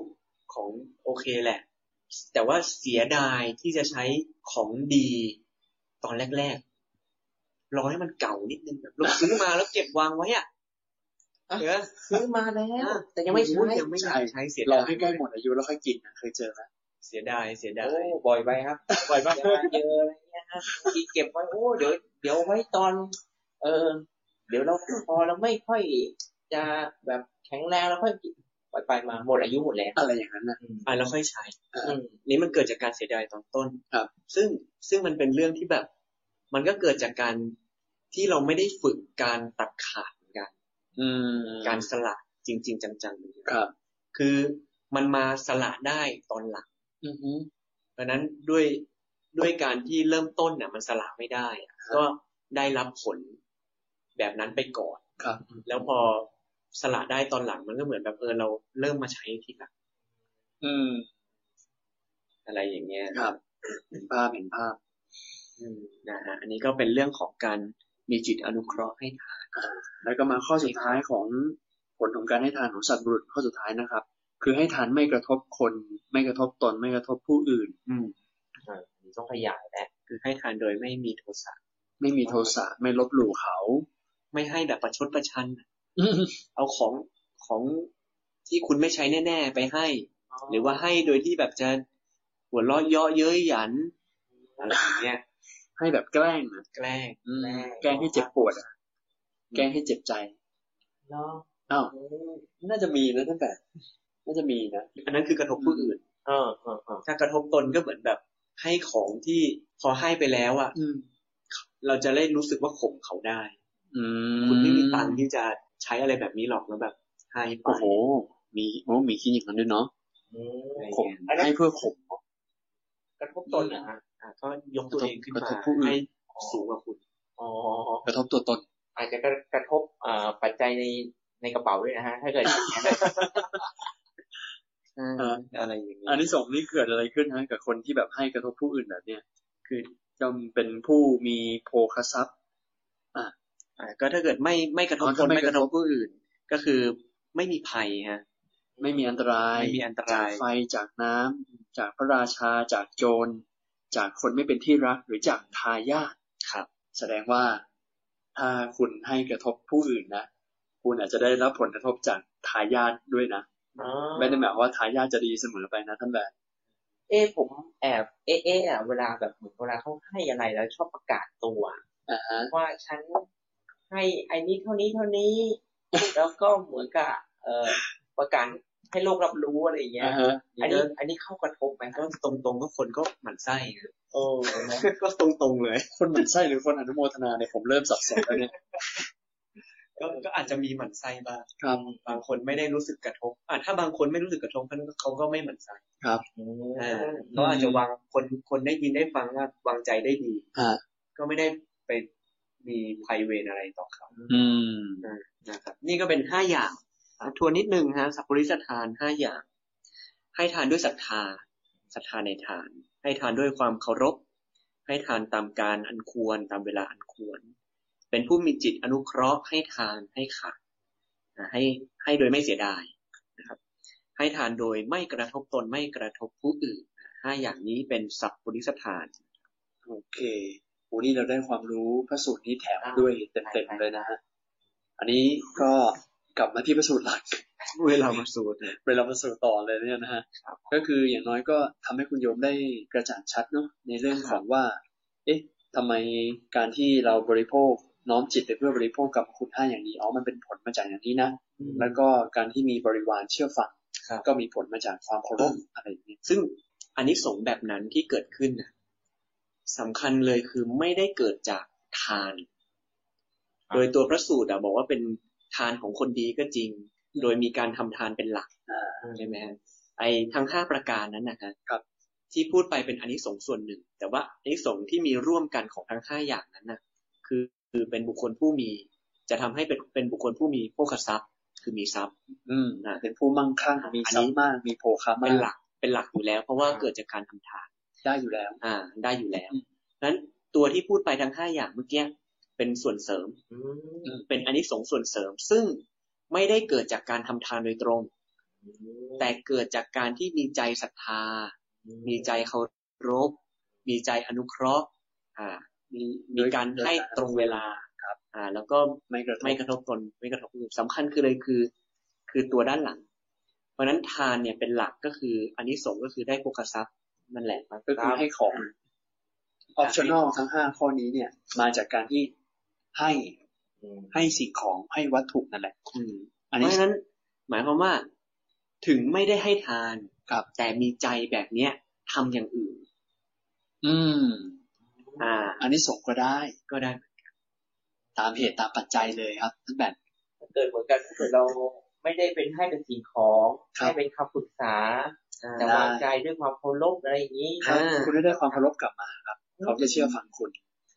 ของโอเคแหละ แต่ว่าเสียดายที่จะใช้ของดีตอนแรกๆรอให้มันเก่านิดนึงแบบเราซื้อมาแล้วเก็บวางไว้อะเออ
ซื้อมาแล้ว แต่ยังไม่ใช้
ยังไม่อยากใช้เสีย
รอ
ดาย
ให้ใกล้หมดอายุแล้วค่อยกินนะเคยเจอไหม
เสียดายเสียดาย
โอ้บ่อยไปครับ บ่อยมากเจออะไรเงี้ยฮะบางทีเก็บไว้โอ้เดี๋ยวเดี๋ยวไว้ตอน เออ เดี๋ยวเราพอเราไม่ค่อยจะแบบแข็งแรงแล้วค่อยกินปล่อยไปมาหมดอายุหมดแล้ว
อะไรอย่างนั้นนะ
อ่ะแล้วค่อยใช้
อ่า
อืมนี่มันเกิดจากการเสียดายตอนต้น
ครับ
ซึ่งซึ่งมันเป็นเรื่องที่แบบ มันก็เกิดจากการที่เราไม่ได้ฝึกการตัดขาดเหมือนกัน
อืม
การสละจริง ๆ จังๆเหมือนกัน
ครับ
คือมันมาสละได้ตอนหลัง
อือฮึ
เพราะฉะนั้นด้วยด้วยการที่เริ่มต้นเนี่ยมันสละไม่ได้อะก็ได้รับผลแบบนั้นไปก่อน
ครับ
แล้วพอสละได้ตอนหลังมันก็เหมือนแบบเออเราเริ่มมาใช้ทีหลัง
อืม
อะไรอย่างเงี้ย
ครับเห็นภาพเห็นภาพ
อืมนะฮะอันนี้ก็เป็นเรื่องของการมีจิตอนุเคราะห์ให้ทาน
แล้วก็มาข้อสุดท้ายของผลของการให้ทานของสัตว์บุรุษข้อสุดท้ายนะครับ คือให้ทานไม่กระทบคน ไม่กระทบตน ไม่กระทบผู้อื่น
ต้องขยายแหละ
คือให้ทานโดยไม่มีโทสะ
ไม่มีโทสะไม่ลบหลู่เขา
ไม่ให้แบบประชดประชันน่ะเอาของของที่คุณไม่ใช้แน่ ๆ ไปให้ หรือว่าให้โดยที่แบบจะหัวเราะเยาะเย้ยหยันอะไรอย่างเงี้ย
ให้แบบแกล้งนะ
แกล้ง
อืมแกล้งให้เจ็บปวดอะแกล้งให้เจ็บใจ
เนาะ
อ้าวน่าจะมีนะท่านแบบน่าจะมีนะ
อันนั้นคือกระทบผู้อื่น
เออเออเออ
ถ้ากระทบตนก็เหมือนแบบให้ของที่พอให้ไปแล้วอ่ะ
อืม
เราจะได้รู้สึกว่าข่มเขาได้
อื
คุณไม่มีตังค์ที่จะใช้อะไรแบบนี้หรอกแล้วแบบให้ไป
โอ้โห มีโอ้มีคลินิกนั้นด้วยเนาะ
อืม
อะไรอย่าง
ข่ม
เงี้ย
ให้เพื่อข่ม
กระทบตนนะฮะ
อ่ะก็ยกตัวเองขึ้น
ก
มา
ระทบผู้อื่น
ให้สูงกว่าคุณ
อ๋อก
ระทบตัวตน
อาจจะกระทบเอ่อปัจจัยในในกระเป๋าด้วยนะฮะ ถ้าเกิดอย่างนั้นนะ
อ่า
อะไรอย่างเงี้
อัน
ย
นี้สงส์นี่เกิดอะไรขึ้นฮะกับคนที่แบบให้กระทบผู้อื่นแบบเนี้ยคือจะเป็นผู้มีโภคทรัพย์
อ่ะก็ถ้าเกิดไม่ไม่กระทบ
อ๋อ
คน
ถ้าไม่
ไม่กระทบผู้อื่น ก็คือไม่มีภัยฮะ
ไม่มีอันตราย
ไม่มีอันต
จาร
าก ย
ไฟจากน้ำจากพระราชาจากโจร จากคนไม่เป็นที่รักหรือจากทายาท
ครับ
แสดงว่าถ้าคุณให้กระทบผู้อื่นนะคุณอาจจะได้รับผลกระทบจากทายาทด้วยนะ
อ๋อ
ไม่ได้หมายความว่าทายาทจะดีเสมอไปนะท่านแบบ
เอ้ผมแอบเอ๊ะเอ๊ะอะเวลาแบบเหมือนเวลาเขาให้อะไรแล้วชอบประกาศตัว
อ่าฮะ
ว่าฉันให้ไอ้นี้เท่านี้เท่านี้ แล้วก็เหมือนกับเอ่อประกาศให้โลกรับรู้อะไรอย่างเงี้ย
อ่าฮะ
อันนี้อันนี้เข้ากระทบไหม
ก็ตรงๆก็คนก็หมั่น ไส้ฮะ
โอ้
ก็ตรงๆเลย
คนหมันไส้หรือคนอนุโมทนาเนี่ยผมเริ่มสับสนแล้วเนี่ย
เอ
ก็ก็อาจจะมีหมั่นไส้บ้าง
ครับ
บางคนไม่ได้รู้สึกกระทบอ่ะถ้าบางคนไม่รู้สึกกระทบเขาก็เขาก็ไม่หมั่นไส้อ่าเขาอาจจะวางคนคนได้ยินได้ฟังว่าวางใจได้ดี
อ่า
ก็ไม่ได้ไปมีภัยเวรอะไรต่อเขา
อืม
นะครับนี่ก็เป็นห้าอย่างอ่ะทวนนิดนึงฮะสัพพริสทานห้าอย่าง ให้ทานด้วยศรัทธาศรัทธาในทาน ให้ทานด้วยความเคารพ ให้ทานตามการอันควรตามเวลาอันควร เป็นผู้มีจิตอนุเคราะห์ให้ทานให้ขาดนะให้ให้โดยไม่เสียดายนะครับ ให้ทานโดยไม่กระทบตนไม่กระทบผู้อื่นนะห้าอย่างนี้เป็นสัพพริสทาน
โอเคโอ้นี่เราได้ความรู้พระสูตรนี้แถมมาด้วยเต็มๆเลยนะฮะ อันนี้ก็กลับมาที่พระสูตรหลัก
เวลามาสูตรเนี่ย
เวลามาสู่ต่อเลยเนี่ยนะฮะ ก็คืออย่างน้อยก็ทำให้คุณโยมได้กระจ่างชัดเนาะในเรื่องของว่า เอ๊ะทำไมการที่เราบริโภคน้อมจิตไปเพื่อบริโภคกับคุณท่าอย่างนี้อ๋อมันเป็นผลมาจากอย่างนี้นะ แล้วก็การที่มีบริวารเชื่อฟัง
ครับ
ก็มีผลมาจากความเคารพอะไรอย่างนี้
ซึ่งอันนี้สงส์แบบนั้นที่เกิดขึ้นนะสำคัญเลยคือไม่ได้เกิดจากทาน โดยตัวพระสูตรอะบอกว่าเป็นทานของคนดีก็จริง โดยมีการทำทานเป็นหลัก
อ่า
ใช่ไหมฮะไอ้ทั้งห้าประการนั้นนะฮะ
ครับ
ที่พูดไปเป็นอันนี้สงส์ส่วนหนึ่ง แต่ว่าอันนี้สงส์ที่มีร่วมกันของทั้งห้าอย่างนั้นนะคือคือเป็นบุคคลผู้มี จะทำให้เป็นเป็นบุคคลผู้มีโภคทรัพย์ คือมีทรัพย์
อืม
นะ
เป็นผู้มั่งคั่งมี
อันนี้
ทรัพย์มากมีโภคามา
เป็นหลั
ก
กเป็นหลักอยู่แล้ว เพราะว่าเกิดจากการทำทาน
ได้อยู่แล้ว
อ่าได้อยู่แล้ว
อืม
นั้นตัวที่พูดไปทั้งห้าอย่างเมื่อกี้เป็นส่วนเสริม เป็นอันนี้สงส์ส่วนเสริม ซึ่งไม่ได้เกิดจากการทำทานโดยตรง แต่เกิดจากการที่มีใจศรัทธา มีใจเคารพ มีใจอนุเคราะห์ อ่า มีมีการให้ตรงเวลาอ่า แล้วก็
ไม่กระทบ
ไม่กระทบตนไม่กระทบคนอื่นสำคัญคือเลยคือ คือตัวด้านหลัง เพราะฉะนั้นทานเนี่ยเป็นหลักก็คืออันนี้สงส์ก็คือได้โภคทรัพย์นั่นแหละมัน
ก็คือให้ของ optional ทั้งห้าข้อนี้เนี่ย มาจากการที่ให้ ให้สิ่งของให้วัตถุนั่นแหละ
อืม
อัน
เพ
นี้
ราะฉะนั้นหมายความว่าถึงไม่ได้ให้ทาน
ครับ
แต่มีใจแบบเนี้ยทำอย่างอื่น
อืม
อ่า
อันนี้สงส์ก็ได้
ก็ได้
ตามเหตุตามปัจจัยเลยครับท่านแบบ
เกิดเหมือนกันถ้าเกิดเราไม่ได้เป็นให้เป็นสิ่งของ
ครับ
ให้เป็นคำปรึกษา แต่วางใจด้วยความเคารพอะไรอย่างนี้
อ่า
คุณได้ได้ความเคารพกลับมาครับ เขาจะเชื่อฟังคุณ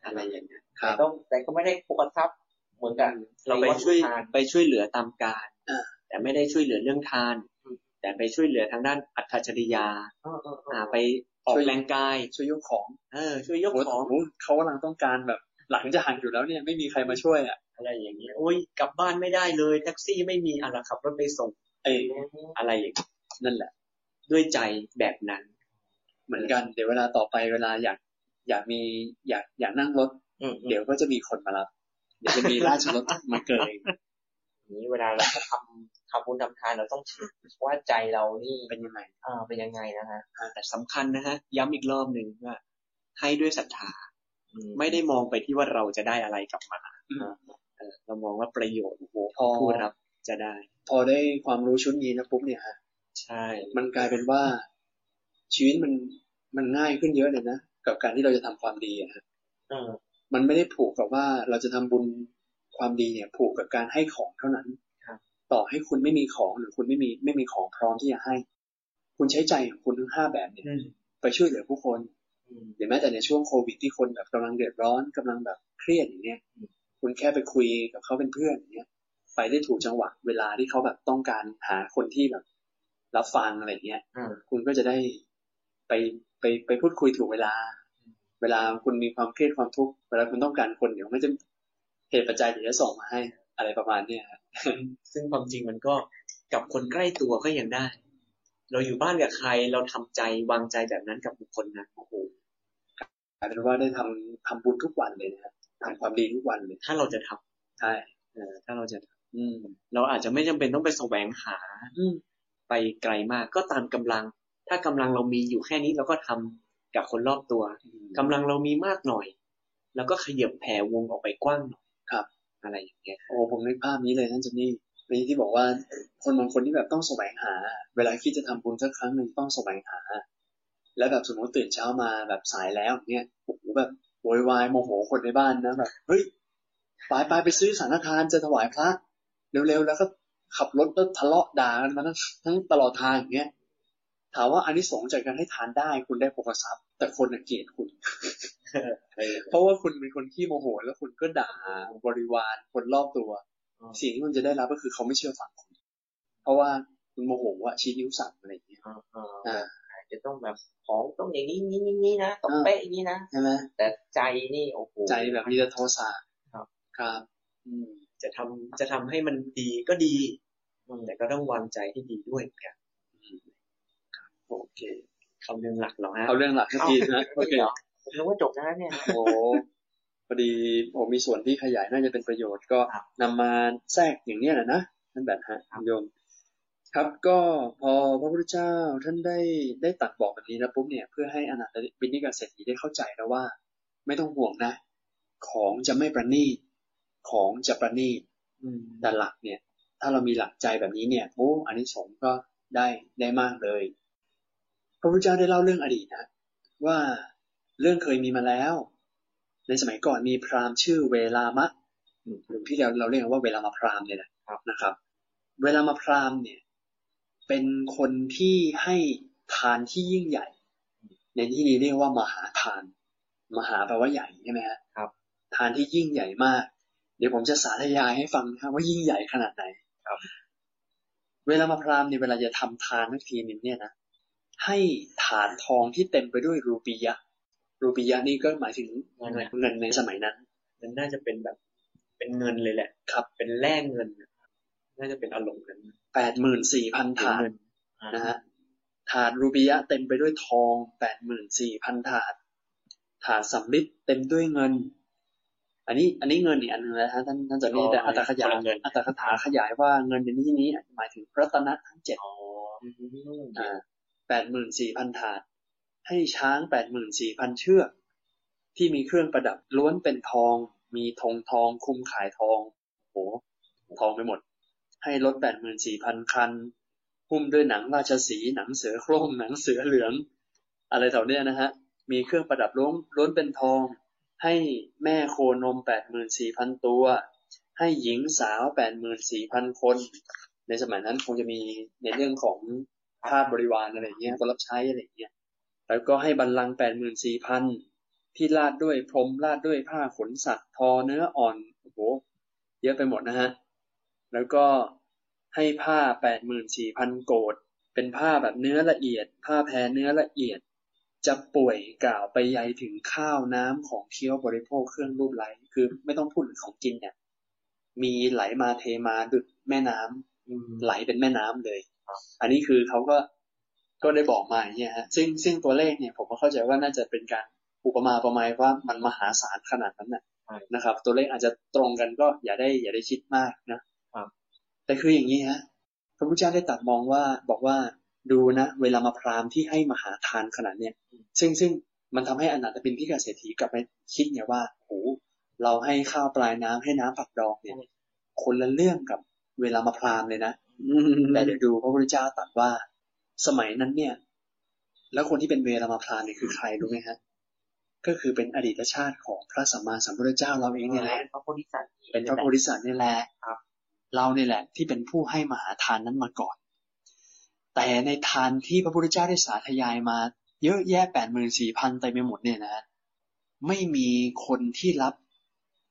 อะไรอย่างเงี้ย
ครับ
ต้องแต่ก็ไม่ได้ปกทรัพย์เหมือนกัน
เราไปช่วย
ทาน
ไปช่วยเหลือตามการ
อ่า
แต่ไม่ได้ช่วยเหลือเรื่องทาน แต่ไปช่วยเหลือทางด้านอัตจริยา
เออเออเออ
อ่า ไปออกแรงกาย
ช่วยยกของ
เออช่วยยกของ
โโหเขากำลังต้องการแบบ หลังจะหักอยู่แล้วเนี่ยไม่มีใครมาช่วยอ่ะ
อะไรอย่างเงี้ยโอ้ยกลับบ้านไม่ได้เลยแท็กซี่ไม่มีอะไรขับรถไปส่ง
เอ้ย
อะไรอย่างเงี้ย
นั่นแหละ
ด้วยใจแบบนั้น
เหมือนกัน เดี๋ยวเวลาต่อไปเวลาอยากอยากมีอยากอยากนั่งรถ
อืมอืม
เดี๋ยวก็จะมีคนมารับ เดี๋ยวจะมีราชรถ มาเกย
อย่างนี้เวลาเราจะทำทำบุญทำทานเราต้องว่าใจเรานี่
เป็นยังไง
เออเป็นยังไงนะฮะ
แต่สำคัญนะฮะย้ำอีกรอบหนึ่งว่า ให้ด้วยศรัทธา
อื
ไม่ได้มองไปที่ว่าเราจะได้อะไรกลับมา
อืม
เออเรามองว่าประโยชน์โอ้โห
พอ
ผู้รับจะได้
พอได้ความรู้ชุดนี้นะปุ๊บเนี่ยฮะ
ใช่
มันกลายเป็นว่าชีวิตมันมันง่ายขึ้นเยอะเลยนะกับการที่เราจะทำความดีอะฮะ
เออ
มันไม่ได้ผูกกับว่าเราจะทำบุญความดีเนี่ย ผูกกับการให้ของเท่านั้นต่อให้คุณไม่มีของหรือคุณไม่มีไม่มีของพร้อมที่จะให้ คุณใช้ใจของคุณทั้งห้าแบบเนี่ย ไปช่วยเหลือผู้คน
อืม
หรือแม้แต่ในช่วงโควิดที่คนแบบกำลังเดือดร้อนกำลังแบบเครียดอย่างเนี้ยคุณแค่ไปคุยกับเขาเป็นเพื่อนอย่างเนี้ยไปได้ถูกจังหวะเวลาที่เขาแบบต้องการหาคนที่แบบ รับฟังอะไรอย่างเงี้ย
อืม
คุณก็จะได้ไปไปไปพูดคุยถูกเวลา เวลาคุณมีความเครียดความทุกข์เวลาคุณต้องการคนเดี๋ยวมันจะเหตุปัจจัยเดี๋ยวจะส่งมาให้อะไรประมาณเนี้ยครับ
ซึ่งความจริงมันก็กับคนใกล้ตัวก็ยังได้ เราอยู่บ้านกับใครเราทำใจวางใจแบบนั้นกับบุคคลนะโอ้โห
กลายเป็นว่าได้ทำทำบุญทุกวันเลยนะครับทำความดีทุกวันเลย
ถ้าเราจะท
ใช่
ำเออถ้าเราจะท
อืม
ำเราอาจจะไม่จำเป็นต้องไปแสวงหา
อืม
ไปไกลมากก็ตามกำลัง ถ้ากำลังเรามีอยู่แค่นี้เราก็ทำกับคนรอบตัว กำลังเรามีมากหน่อย แล้วก็ขยับแผ่วงออกไปกว้างหน่อย
ครับ
อะไรอย่างเงี้ย
โอ้ผมนึกภาพนี้เลยท่านเจนนี่มีที่บอกว่าคนบางคนที่แบบต้องแสวงหา เวลาคิดจะทำบุญสักครั้งหนึ่งต้องแสวงหา แล้วแบบสมมติตื่นเช้ามาแบบสายแล้วเนี่ยโอ้โหแบบโวยวายโมโหคนในบ้านนะแบบเฮ้ย ไปไปไปซื้อสังฆทานจะถวายพระเร็วๆแล้วก็ขับรถแล้วทะเลาะด่ากันมาทั้งทั้งตลอดทางอย่างเงี้ย ถามว่าอันนี้สงส์จากการให้ทานได้คุณได้ภพทรัพย์ แต่คนน่ะเกลียดคุณ เพราะว่าคุณเป็นคนขี้โมโห แล้วคุณก็ด่าบริวารคนรอบตัว
อ๋อ
สิ่งที่คุณจะได้รับก็คือเขาไม่เชื่อฟังคุณ เพราะว่าคุณโมโหว่าชี้นิ้วสั่งอะไรอย่างเงี้ย
เออเออ
อ่า
อาจจะต้องแบบของต้องอย่างนี้นี้นี้นี้นะต้องเป๊ะอย่างนี้นะ
ใช่ไหม
แต่ใจนี่โอ้โห
ใจแบบมีแต่โทสะ
ครับ
ครับ
อืมจะทำจะทำให้มันดีก็ดี แต่ก็ต้องวางใจที่ดีด้วยเหมือนกัน
โอเค
คำนึงหลักเราฮะ
เอาเรื่องหลักสัก
เอา
ที นะโอเค
เหรอผมนึกว่าจบแล้วเนี่ย
โอ้โหพอดีผมมีส่วนที่ขยายน่าจะเป็นประโยชน์ก็
ครับ
นำมาแทรกอย่างเนี้ยแหละนะท่านแบบฮะ
ครับ
โยม ครับก็พอพระพุทธเจ้าท่านได้ได้ตรัดบอกแบบนี้นะปุ๊บเนี่ยเพื่อให้อนาถบินิกาเศรษฐีได้เข้าใจแล้วว่า ไม่ต้องห่วงนะ ของจะไม่ประณีตของจะประณีต
อืม
แต่หลักเนี่ย ถ้าเรามีหลักใจแบบนี้เนี่ยโอ้อันนี้สงส์ก็ได้ได้มากเลย พระพุทธเจ้าได้เล่าเรื่องอดีตนะ ว่าเรื่องเคยมีมาแล้ว ในสมัยก่อนมีพราหมณ์ชื่อเวลามะหรือที่เราเราเรียกกันว่าเวลามาพราหมณ์เนี่ยนะครับ นะครับ เวลามาพราหมณ์เนี่ย เป็นคนที่ให้ทานที่ยิ่งใหญ่ ในที่นี้เรียกว่ามหาทาน มหาแปลว่าใหญ่ใช่ไหมฮะ
ครับ
ทานที่ยิ่งใหญ่มาก เดี๋ยวผมจะสาธยายให้ฟังนะครับว่ายิ่งใหญ่ขนาดไหนเวลามาพราหมณ์เนี่ยเวลาจะทำทานทักทีนึงเนี่ยนะ ให้ฐานทองที่เต็มไปด้วยรูปียะ รูปียะนี่ก็หมายถึง
เงินอะไร
เงินในสมัยนั้น
มันน่าจะเป็นแบบเป็นเงินเลยแหละ
ครับ
เป็นแลกเงินน่ะน่าจะเป็นอารมณ์นั้น
แปดหมื่นสี่พันถาด
เงินอ่า
นะฮะ ถาดรูปียะเต็มไปด้วยทองแปดหมื่นสี่พันถาด ถาดสำริดเต็มด้วยเงิน อันนี้ อันนี้เงินอีกอันหนึงนะฮะท่านท่านจะเรียกแต่อัตถขยายอัตถคถาขยายว่าเงินในที่นี้หมายถึงพระตนะทั้งเจ็ด
อ๋อ
แปดหมื่นสี่พันถาด ให้ช้างแปดหมื่นสี่พันเชือก ที่มีเครื่องประดับล้วนเป็นทอง มีธงทองคลุมขายทองโหทองไปหมด ให้รถแปดหมื่นสี่พันคัน หุ้มด้วยหนังราชสีห์หนังเสือโคร่งหนังเสือเหลือง อะไรต่อเนี้ยนะฮะ มีเครื่องประดับล้วนล้วนเป็นทอง ให้แม่โคนมแปดหมื่นสี่พันตัว ให้หญิงสาวแปดหมื่นสี่พันคน ในสมัยนั้นคงจะมีในเรื่องของทาสบริวารอะไรอย่างเงี้ยคนรับใช้อะไรอย่างเงี้ย แล้วก็ให้บัลลังก์แปดหมื่นสี่พันที่ลาดด้วยพรมลาดด้วยผ้าขนสัตว์ทอเนื้ออ่อน โอ้โห เยอะไปหมดนะฮะ แล้วก็ให้ผ้าแปดหมื่นสี่พันโกดเป็นผ้าแบบเนื้อละเอียด ผ้าแพรเนื้อละเอียด จะป่วยกล่าวไปยัยถึงข้าวน้ำของเคี้ยวบริโภคเครื่องรูปไหลคือไม่ต้องพูดถึงของกินเนี่ย มีไหลมาเทมาดุดแม่น้ำ
อืม
ไหลเป็นแม่น้ำเลย
ครับ
อันนี้คือเขาก็ก็ได้บอกมาอย่างเงี้ยฮะ ซึ่งซึ่งตัวเลขเนี่ยผมก็เข้าใจว่าน่าจะเป็นการอุปมาประมาณว่ามันมหาศาลขนาดนั้นนะ
ใช่
นะครับ ตัวเลขอาจจะตรงกันก็อย่าได้อย่าได้คิดมากนะครับ แต่คืออย่างนี้ฮะ พระพุทธเจ้าได้ตรัดมองว่าบอกว่าดูนะเวลามาพราหมณ์ที่ให้มหาทานขนาดเนี้ย ซึ่งซึ่งมันทำให้อนาถบินที่กเกษตรษฐีกลับไปคิดเนี่ยว่าโอ้โหเราให้ข้าวปลายน้ำให้น้ำผักดองเนี่ย คนละเรื่องกับเวลามาพราหมณ์เลยนะ แต่เดี๋ยวดูพระพุทธเจ้าตรัสว่าสมัยนั้นเนี่ย แล้วคนที่เป็นเวลามาพรานเนี่ยคือใครรู้ไหมฮะ ก็คือเป็นอดีตชาติของพระสัมมาสัมพุทธเจ้าเราเองเนี่ยแหละ
พระโพธิสัตว์
เป็นพระโพธิสัตว์เนี่ยแหละ
ครับ
เราเนี่ยแหละ ที่เป็นผู้ให้มหาทานนั้นมาก่อน แต่ในทานที่พระพุทธเจ้าได้สาธยายมา เยอะแยะแปดหมื่นสี่พันเต็มไปหมดเนี่ยนะฮะไม่มีคนที่รับ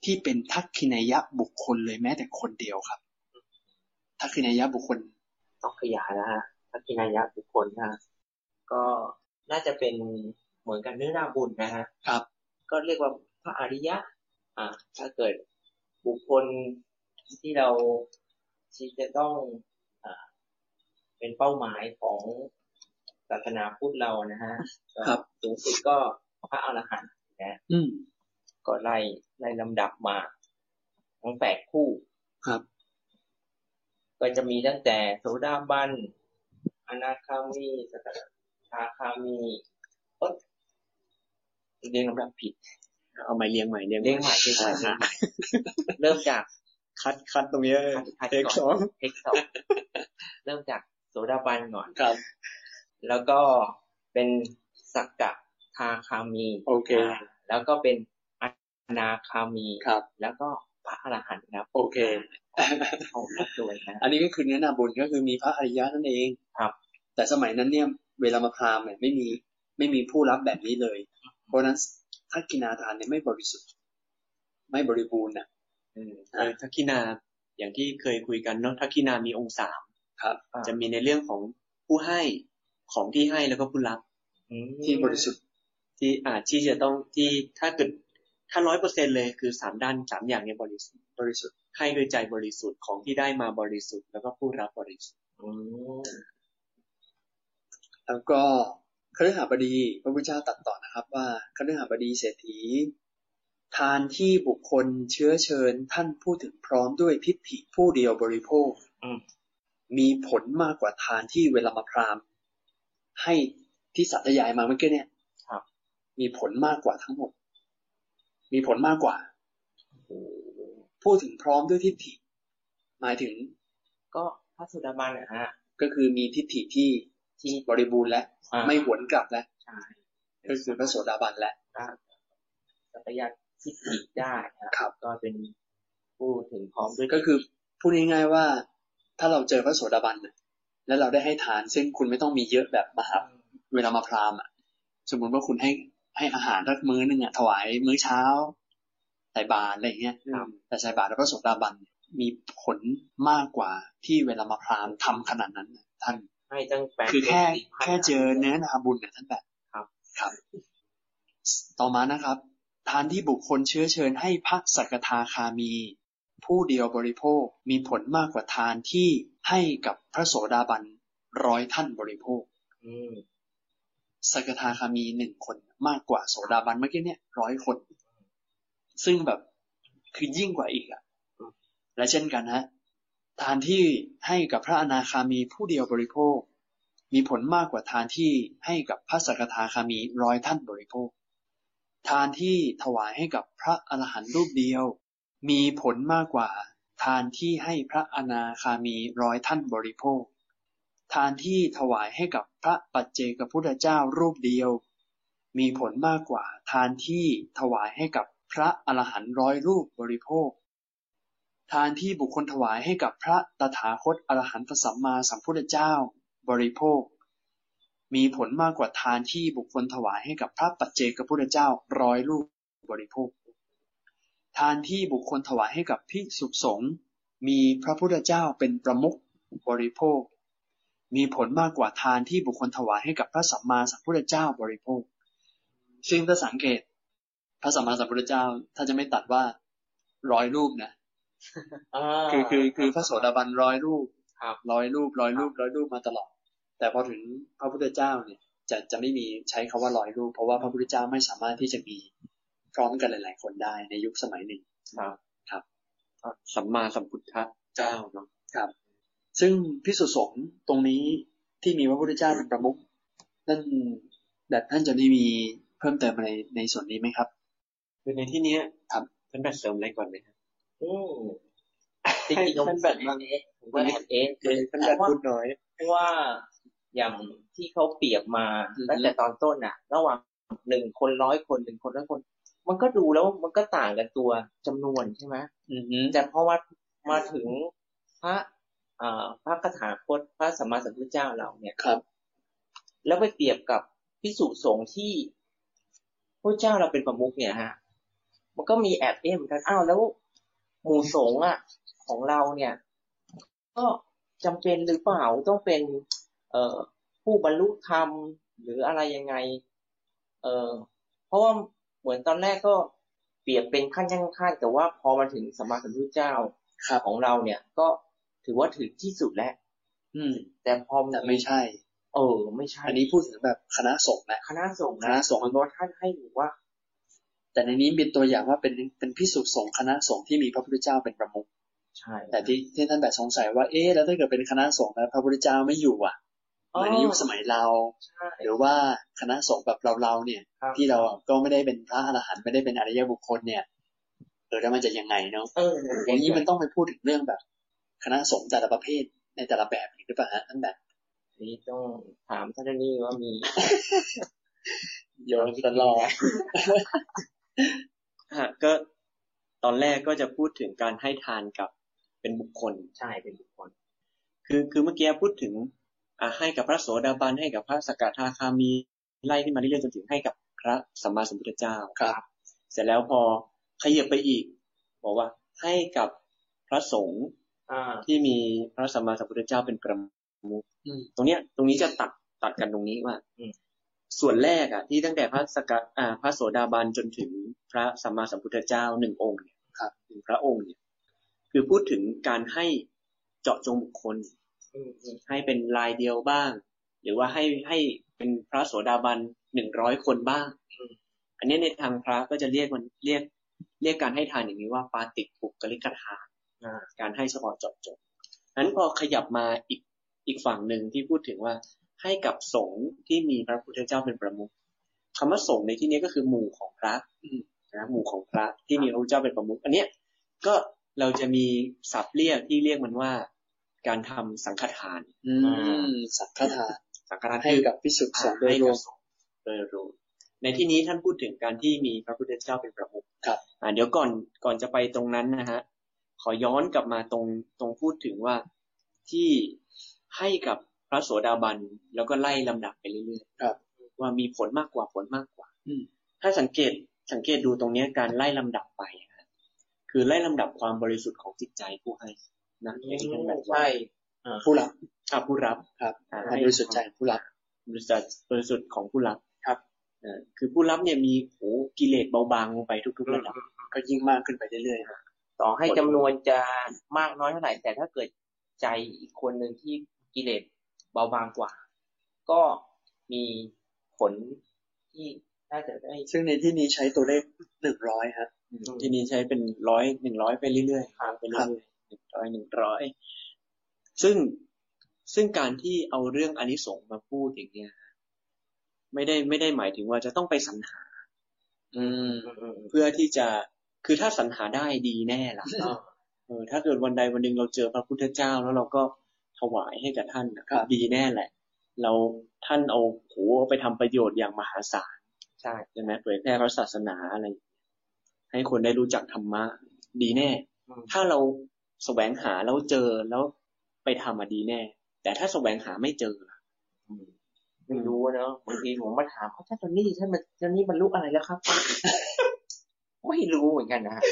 ที่เป็นทักขินายะบุคคลเลยแม้แต่คนเดียวครับ ทักขินายะบุคคล
ต้องขยายนะฮะทักษินายะบุคคลนะฮะก็น่าจะเป็นเหมือนกันเนื้อนาบุญนะฮะ
ครับ
ก็เรียกว่าพระอริยะ อ่า ถ้าเกิดบุคคลที่เราที่จะต้องอ่าเป็นเป้าหมายของศาสนาพุทธเรานะฮะก็
ครับ
สูงสุดก็พระอรหันต์นะ
อืม
ก็ไล่ไล่ลำดับมา ทั้งแปดคู่
ครับ
ก็จะมีตั้งแต่โสดาบัน อนาคามี สกทาคามีเอ๊ะเรียงลำดับผิด
เอามาเรียงใหม่เรียง
เรียงใหม่เรียงใหม่
อ่า
เริ่มจาก
คัดคัดตรงเนี้ย
คัด
เทคส
ก่
อ
อน
ง
เทคสองเริ่มจากโสดาบันก่อน
ครับ
แล้วก็เป็นสักกะทาคามี
โอเค
าแล้วก็เป็นอนาคามี
ครับ
แล้วก็ พระอรหันต์นะครับ
โอเค
โอ้น่ากลัวนะ
อันนี้ก็คือเนื้อนาบุญก็คือมีพระอริยะนั่นเอง
ครับ
แต่สมัยนั้นเนี่ยเวลามาพราหมณ์เนี่ยไม่มีไม่มีผู้รับแบบนี้เลย เพราะฉะนั้นถ้ากินอาทานเนี่ยไม่บริสุทธิ์ ไม่บริบูรณ์นะ
อืม
อ่า
เออทักขินาอย่างที่เคยคุยกันเนาะทักขินามีองค์สาม
ครับ
อ่า
จะมีในเรื่องของผู้ให้ของที่ให้แล้วก็ผู้รับ
อืม
ที่บริสุทธิ์
ที่อาจที่จะต้องที่ถ้าเกิดถ้าร้อยเปอร์เซ็นเลยคือสามด้านสามอย่างเนี่ยบริสุทธิ์
บริสุทธิ์
ให้ด้วยใจบริสุทธิ์ของที่ได้มาบริสุทธิ์แล้วก็ผู้รับบริสุทธิ์
อืม
แล้วก็คฤหบดีพระพุทธเจ้าตรัดต่อนะครับ ว่าคฤหบดีเศรษฐี ทานที่บุคคลเชื้อเชิญท่านพูดถึงพร้อมด้วยทิฏฐิผู้เดียวบริโภค
อืม
มีผลมากกว่าทานที่เวลามาพราหมณ์ให้ที่สัตยายมาเมื่อกี้เนี่ย
ครับ
มีผลมากกว่าทั้งหมด มีผลมากกว่า
โอ้โห
พูดถึงพร้อมด้วยทิฏฐิ หมายถึง
ก็พระสุดาบันนะฮะ
ก็คือมีทิฏฐิที่
ที่
บริบูรณ์และ
อ่า
ไม่หวนกลับแล้ว
ใช่
ก็คือพระโสดาบันแล้ว
สัพยาทิฏฐิได้นะครับ ก็เป็นผู้ถึงพร้อมด้วย
ก็คือพูดง่ายๆว่า ถ้าเราเจอพระโสดาบันน่ะแล้วเราได้ให้ทาน ซึ่งคุณไม่ต้องมีเยอะแบบมหาเวลามาพราหมณ์อ่ะ สมมติว่าคุณให้ให้อาหารรักมื้อหนึ่งอ่ะถวายมื้อเช้าใส่บาตรอะไรอย่างเงี้ย
ครับ
แต่ใส่บาตรแล้วพระโสดาบันเนี่ยมีผลมากกว่าที่เวลามาพราหมณ์ทำขนาดนั้นน่ะท่าน
ให้ตั้งแปด
คือแค่
สิบพัน
แค่เจอเนื้อนาบุญเนี่ยท่านแบบ
ครับ
ครับ ต่อมานะครับ ทานที่บุคคลเชื้อเชิญให้พระสักทาคามี ผู้เดียวบริโภคมีผลมากกว่าทานที่ให้กับพระโสดาบันร้อยท่านบริโภค
อืม
สักทาคามีหนึ่งคนมากกว่าโสดาบันเมื่อกี้เนี่ยร้อยคน ซึ่งแบบคือยิ่งกว่าอีกอะและเช่นกันฮะทานที่ให้กับพระอนาคามีผู้เดียวบริโภค มีผลมากกว่าทานที่ให้กับพระสกทาคามีร้อยท่านบริโภค ทานที่ถวายให้กับพระอรหันต์รูปเดียว มีผลมากกว่า ทานที่ให้พระอนาคามีร้อยท่านบริโภค ทานที่ถวายให้กับพระปัจเจกพุทธเจ้ารูปเดียว มีผลมากกว่า ทานที่ถวายให้กับพระอรหันต์ร้อยรูปบริโภค ทานที่บุคคลถวายให้กับพระตถาคตอรหันตสัมมาสัมพุทธเจ้า บริโภค มีผลมากกว่าทานที่บุคคลถวายให้กับพระปัจเจกพุทธเจ้าร้อยรูปบริโภค ทานที่บุคคลถวายให้กับภิกษุสงฆ์มีพระพุทธเจ้าเป็นประมุขบริโภค มีผลมากกว่าทานที่บุคคลถวายให้กับพระสัมมาสัมพุทธเจ้าบริโภค ซึ่งถ้าสังเกต พระสัมมาสัมพุทธเจ้าถ้านจะไม่ตัดว่าร้อยรูปนะ
า
คือคือคือพระโสดาบันร้อยรูป
ครับ
ร้อยรูปร้อยรูปร้อยรูปมาตลอด แต่พอถึงพระพุทธเจ้าเนี่ย จะจะไม่มีใช้คำาว่าร้อยรูป เพราะว่าพระพุทธเจ้าไม่สามารถที่จะมีพร้อมกันหลาย ๆ คนได้ในยุคสมัยหนึ่ง
ครับ
สัมมาสัมพุทธเจ้าเนาะ
ซึ่งพิสุสงฆ์ตรงนี้ที่มีพระพุทธเจ้าเป็นประมุขนั่นแต่ท่านจะได้มีเพิ่มเติมอะไรในส่วนนี้ไหมครับ
คือในที่เนี้ย
ครับ
ท่านแบบเสริมอะไรก่อนไหมครับ
อืมจริงๆ
ท่านแบบนั้น
เอ๊ะผมว่าแอบเอ๊ะ
ท่านแบบพูดน้อย
เพราะว่าอย่างที่เขาเปรียบมา
อือฮึ
ตั้งแต่ตอนต้นน่ะ ระหว่างหนึ่งคนร้อยคนหนึ่งคนร้อยคน มันก็ดูแล้วมันก็ต่างกันตัวจำนวนใช่ไหม
อือฮึ
แต่พอมามาถึงพระเอ่อพระคาถาคตพระสัมมาสัมพุทธเจ้าเราเนี่ย
ครับ
แล้วไปเปรียบกับพิสุสงฆ์ที่พระเจ้าเราเป็นประมุขเนี่ยฮะ มันก็มีแอบเอ๊ะเหมือนกันอ้าวแล้วหมู่สงฆ์อะของเราเนี่ย ก็จำเป็นหรือเปล่าต้องเป็น เอ่อผู้บรรลุธรรมหรืออะไรยังไง เอ่อเพราะว่าเหมือนตอนแรกก็เปรียบเป็นขั้นยังขั้นแต่ว่าพอมาถึงสมมาสัมพุทธเจ้า
ครับ
ของเราเนี่ย ก็ถือว่าถึงที่สุดแล้ว
อืม
แต่พอ
แต่ไม่ใช่
เออ ไม่ใช่
อันนี้พูดถึงแบบคณะสงฆ์นะ
คณะสงฆ์
คณะสงฆ์
มันก็ท่านให้หนูว่า
แต่ในนี้เป็นตัวอย่างว่าเป็นเป็นพิสุสงฆ์คณะสงฆ์ที่มีพระพุทธเจ้าเป็นประมุข
ใช่
แต่ที่ที่ท่านแบบสงสัยว่า เอ๊ะ แล้วถ้าเกิดเป็นคณะสงฆ์แล้วพระพุทธเจ้าไม่อยู่อ่ะเหมือนในยุคสมัยเรา
ใช่
หรือว่าคณะสงฆ์แบบเราเราๆเนี่ย
ครับ
ที่เราก็ไม่ได้เป็นพระอรหันต์ไม่ได้เป็นอริยบุคคลเนี่ยเออแล้วมันจะยังไงเนาะ
เอออ
อย่างนี้มันต้องไปพูดถึงเรื่องแบบ คณะสงฆ์แต่ละประเภทในแต่ละแบบอีกหรือเปล่าฮะท่านแบบ
นี่ต้องถามท่านนี่ว่ามี
โยนตลอด
ฮะก็ ตอนแรกก็จะพูดถึงการให้ทานกับเป็นบุคคล
ใช่เป็นบุคคล
คือคือเมื่อกี้พูดถึงอ่าให้กับพระโสดาบันให้กับพระสกทาคามีไล่ขึ้นมาเรื่อยๆจนถึงให้กับพระสัมมาสัมพุทธเจ้า
ครับ
เสร็จแล้วพอขยับไปอีก บอกว่าให้กับพระสงฆ์
อ่า
ที่มีพระสัมมาสัมพุทธเจ้าเป็นประมุข
อืม
ตรงเนี้ย ตรงนี้จะตัดตัดกันตรงนี้ว่า
อืม
ส่วนแรกอ่ะ ที่ตั้งแต่พระสกอ่าพระโสดาบันจนถึงพระสัมมาสัมพุทธเจ้าหนึ่งองค์เนี่ย
ครับ
หนึ่งพระองค์เนี่ย คือพูดถึงการให้เจาะจงบุคคล
อืมอืม
ให้เป็นรายเดียวบ้าง หรือว่าให้ให้เป็นพระโสดาบันหนึ่งร้อยคนบ้าง อันนี้ในทางพระก็จะเรียกมันเรียกเรียกการให้ทานอย่างนี้ว่าปาติปุกกลิกทาน
อ่า
การให้เฉพาะเจาะจงนั้นพอขยับมาอีกอีกฝั่งหนึ่งที่พูดถึงว่าให้กับสงฆ์ที่มีพระพุทธเจ้าเป็นประมุขคำว่าสงฆ์ในที่นี้ก็คือหมู่ของพระนะหมู่ของพระที่มีพระพุทธเจ้าเป็นประมุขอันเนี้ยก็เราจะมีศัพท์เรียกที่เรียกมันว่า การทำสังฆทาน
อืมสังฆทาน
สังฆทาน
ให้กับพิสุทธิ์สงฆ์โดยรวม
โดยรวมในที่นี้ท่านพูดถึงการที่มีพระพุทธเจ้าเป็นประมุข
ครับ
อ่าเดี๋ยวก่อนก่อนจะไปตรงนั้นนะฮะขอย้อนกลับมาตรงตรงพูดถึงว่าที่ให้กับพระโสดาบันแล้วก็ไล่ลำดับไปเรื่อย
ครับ
ๆว่ามีผลมากกว่าผลมากกว่า
อืม
ถ้าสังเกตสังเกตดูตรงเนี้ยการไล่ลำดับไปนะฮะคือไล่ลำดับความบริสุทธิ์ของจิตใจผู้ให้นะอย่างที่ท่านบอกว่า
ใช่
ผู้หลับ
อ่ะผู้รับ
ครับ
อ่ะ
ความ
ให้
บริสุทธิ์ใจผู้หลับ
บริสุทธิ์บริสุทธิ์ของผู้รับ
ครับ
เอ่อคือผู้รับเนี่ยมีโหกิเลสเบาบางลงไปทุกๆระดับ
ก็ยิ่งมากขึ้นไปเรื่อย
ต่อให้จำนวนจะมากน้อยเท่าไหร่ แต่ถ้าเกิดใจอีกคนหนึ่งที่กิเลสเบาบางกว่า ก็มีผลที่น่าจะได้
ๆ ซึ่งในที่นี้ใช้ตัวเลขหนึ่งร้อยฮะ
ทีนี้ใช้เป็นร้อยหนึ่งร้อยไปเรื่อยๆ
ครับ
ไปเรื่อยๆหนึ่งร้อยหนึ่งร้อยซึ่งซึ่งการที่เอาเรื่องอานิสงส์มาพูดอย่างเงี้ยไม่ได้ไม่ได้หมายถึงว่าจะต้องไปสรรหา อืม เพื่อที่จะคือถ้าสรรหาได้ดีแน่ล่ะ
อ่า
เออถ้าเกิดวันใดวันหนึ่งเราเจอพระพุทธเจ้าแล้วเราก็ถวายให้กับท่านนะครับ ดีแน่แหละ เราท่านเอาโหเอาไปทำประโยชน์อย่างมหาศาล
ใช่
ใช่ไหมเผยแพร่พระศาสนาอะไรอย่างเงี้ยให้คนได้รู้จักธรรมะดีแน่
อืม
ถ้าเราแสวงหาแล้วเจอแล้วไปทำอะดีแน่ แต่ถ้าแสวงหาไม่เจอล่ะ
ไม่รู้เนาะบางทีผมมาถามเขาท่านตอนนี้ท่านมาตอนนี้บรรลุอะไรแล้วครับ ไม่รู้เหมือนกันนะฮะ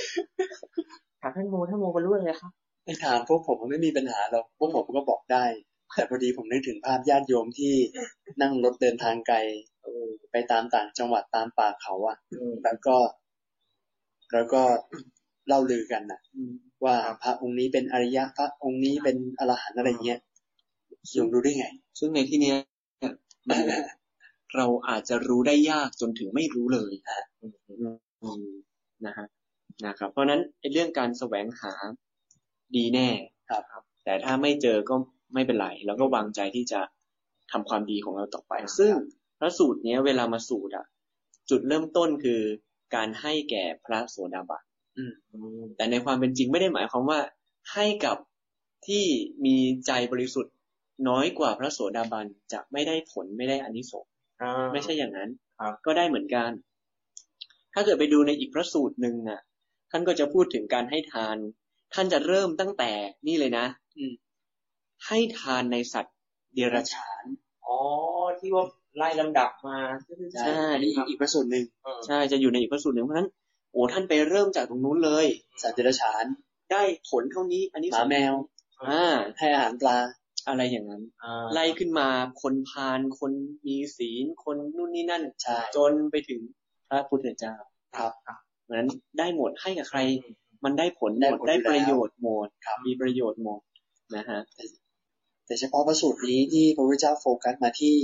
ถามท่านโมท่านโมบรรลุอะไรแล้วครับ
ในทางพวกผมมันไม่มีปัญหาหรอกพวกผมก็บอกได้ แต่พอดีผมนึกถึงภาพญาติโยม ที่นั่งรถเดินทางไกลไปตามต่างจังหวัดตามป่าเขาอะแล้วก็ แล้วก็เล่าลือกันนะว่าพระองค์นี้เป็นอริยะพระองค์นี้เป็นอรหันต์อะไรเงี้ยโยมรู้ได้ไง
ซึ่งในที่เนี้ย มันเราอาจจะรู้ได้ยากจนถึงไม่รู้เลย อืมนะฮะนะครับ เพราะฉะนั้นไอ้เรื่องการแสวงหาดีแน่
ครับ
แต่ถ้าไม่เจอก็ไม่เป็นไรแล้วก็วางใจที่จะทำความดีของเราต่อไป ซึ่งพระสูตรเนี้ย เวลามาสูตรอ่ะ จุดเริ่มต้นคือการให้แก่พระโสดาบันแต่ในความเป็นจริงไม่ได้หมายความว่า ให้กับที่มีใจบริสุทธิ์น้อยกว่าพระโสดาบันจะไม่ได้ผลไม่ได้อานิสงส์ ไม่ใช่อย่างนั้น
ครับ
ก็ได้เหมือนกัน ถ้าเกิดไปดูในอีกพระสูตรหนึ่งอ่ะ ท่านก็จะพูดถึงการให้ทาน ท่านจะเริ่มตั้งแต่นี่เลยนะ
อืม
ให้ทานในสัตว์เดรัจฉาน
อ๋อที่ว่าไล่ลำดับมา
ใช่
อันนี้อีกประสูตรหนึ่ง
เออ
ใช่จะอยู่ในอีกพระสูตรหนึ่งเพราะฉะนั้นโอ้ท่านไปเริ่มจากตรงนู้นเลย
สัตว์เดรัจฉาน
ได้ผลเท่านี้ อันนี้
หมาแมว
อ่า
ให้อาหารปลา
อะไรอย่างนั้น
อ่า
ไล่ขึ้นมาคนพาลคนมีศีล คนนู่นนี่นั่น
ใช่
จนไปถึงพระพุทธเจ้า
ครับ
เพราะฉะนั้นได้หมดให้กับใคร
อืม
มันได้ผลหมด
ได้
ได้
ผ
ป
ลอยู่แล้ว
ระโยชน์หมดมีประโยชน์หมดนะฮะ
แต่เฉพาะพระสูตรนี้ที่พระพุทธเจ้าโฟกัสมาที่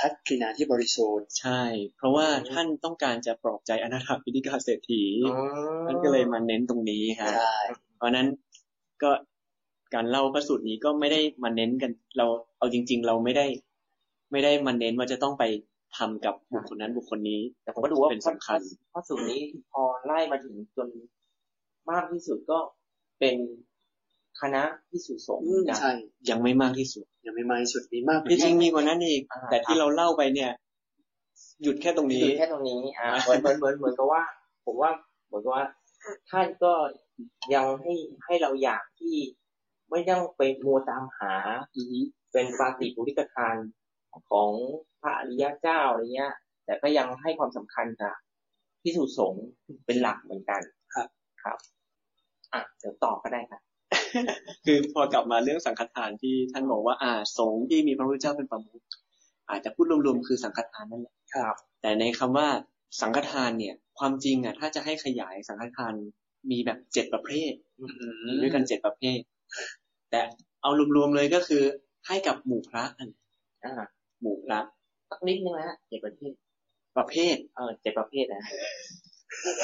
ทักขินาที่บริสุทธิ์
ใช่ เพราะว่าท่านต้องการจะปลอบใจอนาถาพินิกาเศรษฐี
อ๋อ
ท่านก็เลยมาเน้นตรงนี้ฮะ
ใช่
เพราะฉะนั้นก็การเล่าพระสูตรนี้ก็ไม่ได้มาเน้นกัน เราเอาจริง ๆ เราไม่ได้ ไม่ได้มาเน้นว่าจะต้องไปทำกับบุคคลนั้นบุคคลนี้
แต่ผมก็ดูว่า
เป็นสำคัญ
ข้อสูตรนี้พอไล่มาถึงจนมากที่สุดก็เป็นคณะพิสุสงฆ์นะ
ใช่
ยังไม่มากที่สุด
ยังไม่มาที่สุดมีมากกว่า
จริงๆ
นี้
มีกว่านั้นอีก
อ่า
แต่ที่เราเล่าไปเนี่ย หยุดแค่ตรง
ห
นี้
ยุดแค่ตรงนี้อ่าเหมือนเหมือนเหมือนเหมือนกับว่า ผมว่าเหมือนกับว่า ท่านก็ยังให้ให้เราอย่างที่ไม่ต้องไปมัวตามหา
อือฮึ
เป็นปาติปุริกทานของพระอริยเจ้าอะไรเงี้ย แต่ก็ยังให้ความสำคัญกับพิสุสงฆ์เป็นหลักเหมือนกัน
ครับ
ครับ อ่ะเดี๋ยวต่อก็ได้ครับ
คือพอกลับมาเรื่องสังฆทานที่ท่านบอกว่าอ่าสงฆ์ที่มีพระพุทธเจ้าเป็นประมุขอาจจะพูดรวมๆคือสังฆทานนั่นแหละ
ครับ
แต่ในคำว่าสังฆทานเนี่ย ความจริงอ่ะถ้าจะให้ขยายสังฆทานมีแบบเจ็ดประเภท มีด้วยกันเจ็ดประเภท แต่เอารวมๆเลยก็คือให้กับหมู่พระนั่นแหละ
อ่า
หมู่พระ
สักนิดนึงนะฮะเจ็ดประเภท
ประเภท
เออเจ็ดประเภทนะ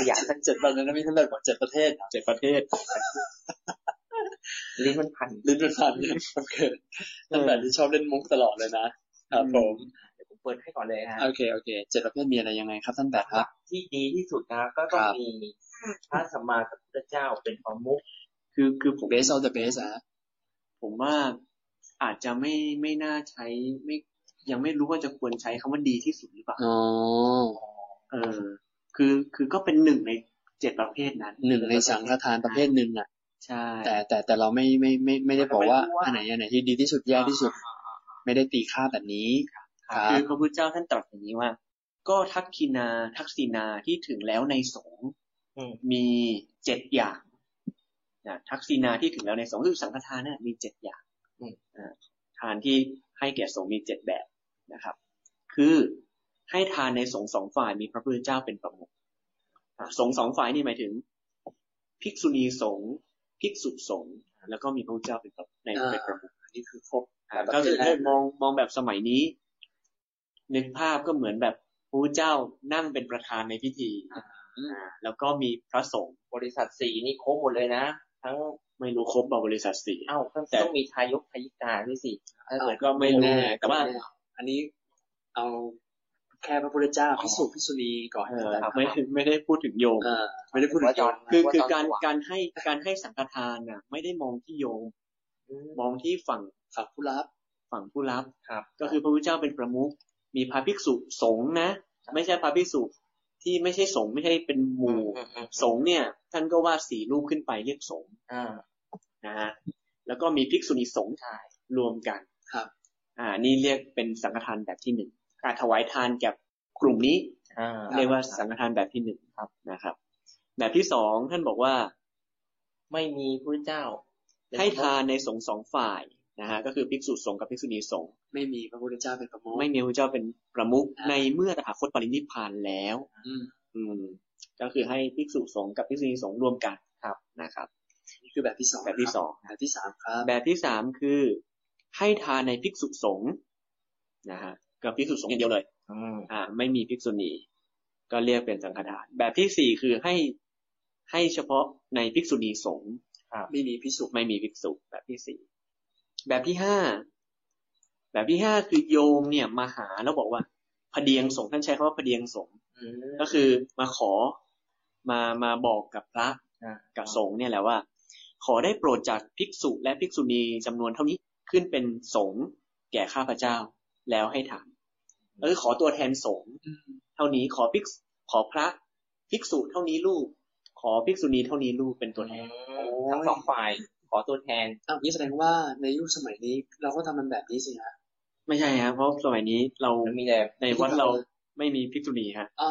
อยาก
ทั้งเจ็ดประเทศนะพี่ท่านเลยบอกเจ็ดประเทศ
เจ็ดประเภท
ลิ้นมันพัน
ลิ้นเป็นพันเนี่ยโอเคท่านแบบที่ชอบเล่นมุกตลอดเลยนะ ครับผม
เดี๋ยวผมเปิดให้ก่อนเลยฮะ
โอเค โอเค เจ็ดประเภทมีอะไรยังไงครับท่านแบบครับ
ที่ดีที่สุดนะก็ต้อง
ครับ
มีพระสัมมาสัมพุทธเจ้าเป็นประมุข
คือคือผม
base of the base อะฮะ
ผมว่าอาจจะไม่ไม่น่าใช้ไม่ยังไม่รู้ว่าจะควรใช้คำว่าดีที่สุดหรือเปล่า
อ๋อ
เออ คือคือก็เป็นหนึ่งในเจ็ดประเภทนั้น
หนึ่งในสังฆทานประเภทหนึ่งอะ
ใช่
แต่แต่แต่เราไม่ไม่ไม่ไม่ได้บอกว่าอันไหนอันไหนที่ดีที่สุดแย่ที่สุด ไม่ได้ตีค่าแบบนี้ ครั
คื
บ
อพระพุทธเจ้าท่านตรัสอย่างนี้ว่า ก็ทักคินาทักษินาที่ถึงแล้วในสงฆ์
อืม
มีเจ็ดอย่างนะทักษิณาที่ถึงแล้วในสงฆ์คือสังฆทานเนี่ยมีเจ็ดอย่างอ่าทานที่ให้แก่สงฆ์มีเจ็ดแบบนะครับ คือให้ทานในสงฆ์สองฝ่ายมีพระพุทธเจ้าเป็นประมุขอ่ะสงฆ์สองฝ่ายนี่หมายถึง ภิกษุณีสงฆ์ภิกษุสงฆ์แล้วก็มีพระพุทธเจ้าเป็นประมุขใน
อ่า
เป็นประมุข
อันนี้คือครบ
อ่ะก็คือให้มองมองแบบสมัยนี้นึกภาพก็เหมือนแบบพระพุทธเจ้านั่งเป็นประธานในพิธีอ่าแล้วก็มีพระสงฆ์
บริษัทสี่นี่ครบหมดเลยนะ ทั้ง
ไม่รู้ครบบอกบริษัทสี่
เอ้าต้อง
แต่
ต้องมีทายกทายิกาด้วยสิถ้าเกิด
ก็ไม่รู้
แน่
ไงแต่ว่า
แน่ อันนี้เอาแค่พระพุทธเจ้าพิสูจน์พิสุณีก่อน
เออไม่ไม่ได้พูดถึงโยม
เออไม่ได้พูดถึงโยม
คือคือการการให้การให้สังฆทานน่ะ ไม่ได้มองที่โยม
อืม
มองที่ฝั่ง
ฝั่งผู้รับ
ฝั่งผู้รับ
ครับ
ก็คือพระพุทธเจ้าเป็นประมุขมีพระภิกษุสงฆ์นะ ไม่ใช่พระภิกษุที่ไม่ใช่สงฆ์ไม่ใช่เป็นหมู่
อืมอืม
สงฆ์เนี่ย ท่านก็ว่าสี่รูปขึ้นไปเรียกสงฆ์
อ่า
นะฮะแล้วก็มีภิกษุณีสงฆ์
ใช่
รวมกัน
ครับ
อ่า นี่เรียกเป็นสังฆทานแบบที่หนึ่งการถวายทานกับกลุ่มนี้
อ่า
เรียกว่าสังฆทานแบบที่หนึ่งครับนะครับ แบบที่สองท่านบอกว่า
ไม่มีพระเจ้า
ให้ทานในสงฆ์สองฝ่ายนะฮะก็คือภิกษุสงฆ์กับภิกษุณีสงฆ์
ไม่มีพระพุทธเจ้าเป็นประมุข
ไม่มีพระเจ้าเป็นประมุข
อ่า
ในเมื่อตถาคตปรินิพพานแล้ว
อืม
อืม ก็คือให้ภิกษุสงฆ์กับภิกษุณีสงฆ์รวมกันครับนะครับ
นี่คือแบบที่สอง
แบบที่สอง
แบบที่สามครับ
แบบที่สามคือ ให้ทานในภิกษุสงฆ์นะฮะกับภิกษุสงฆ์อย่างเดียวเลย
อืม
อ่า ไม่มีภิกษุณี ก็เรียกเป็นสังฆทาน แบบที่สี่คือให้ให้เฉพาะในภิกษุณีสงฆ์
ไม่มีพิสุ
ไม่มีภิกษุแบบที่สี่แบบที่ห้าแบบที่ห้าคือโยมเนี่ยมาหาแล้วบอกว่าพเดียงสงฆ์ท่านใช้คำว่าพเดียงสงฆ์
อืม
ก็คือมาขอมามาบอกกับพระ
อ่า
กับสงฆ์เนี่ยแหละว่า ขอได้โปรดจากภิกษุและภิกษุณีจำนวนเท่านี้ขึ้นเป็นสงฆ์แก่ข้าพเจ้าแล้วให้ถามเออขอตัวแทนสงฆ์เท่านี้ขอภิกษุขอพระภิกษุเท่านี้ลูก ขอภิกษุณีเท่านี้ลูกเป็นตัวแทน
ทั้งสองฝ่ายขอตัวแทน
อ้าวนี่แสดงว่าในยุคสมัยนี้เราก็ทำมันแบบนี้สิฮะ
ไม่ใช่ฮะเพราะสมัยนี้เรา
มันมีแต่
ในวัดเราไม่มีภิกษุณีฮะ
อ๋อ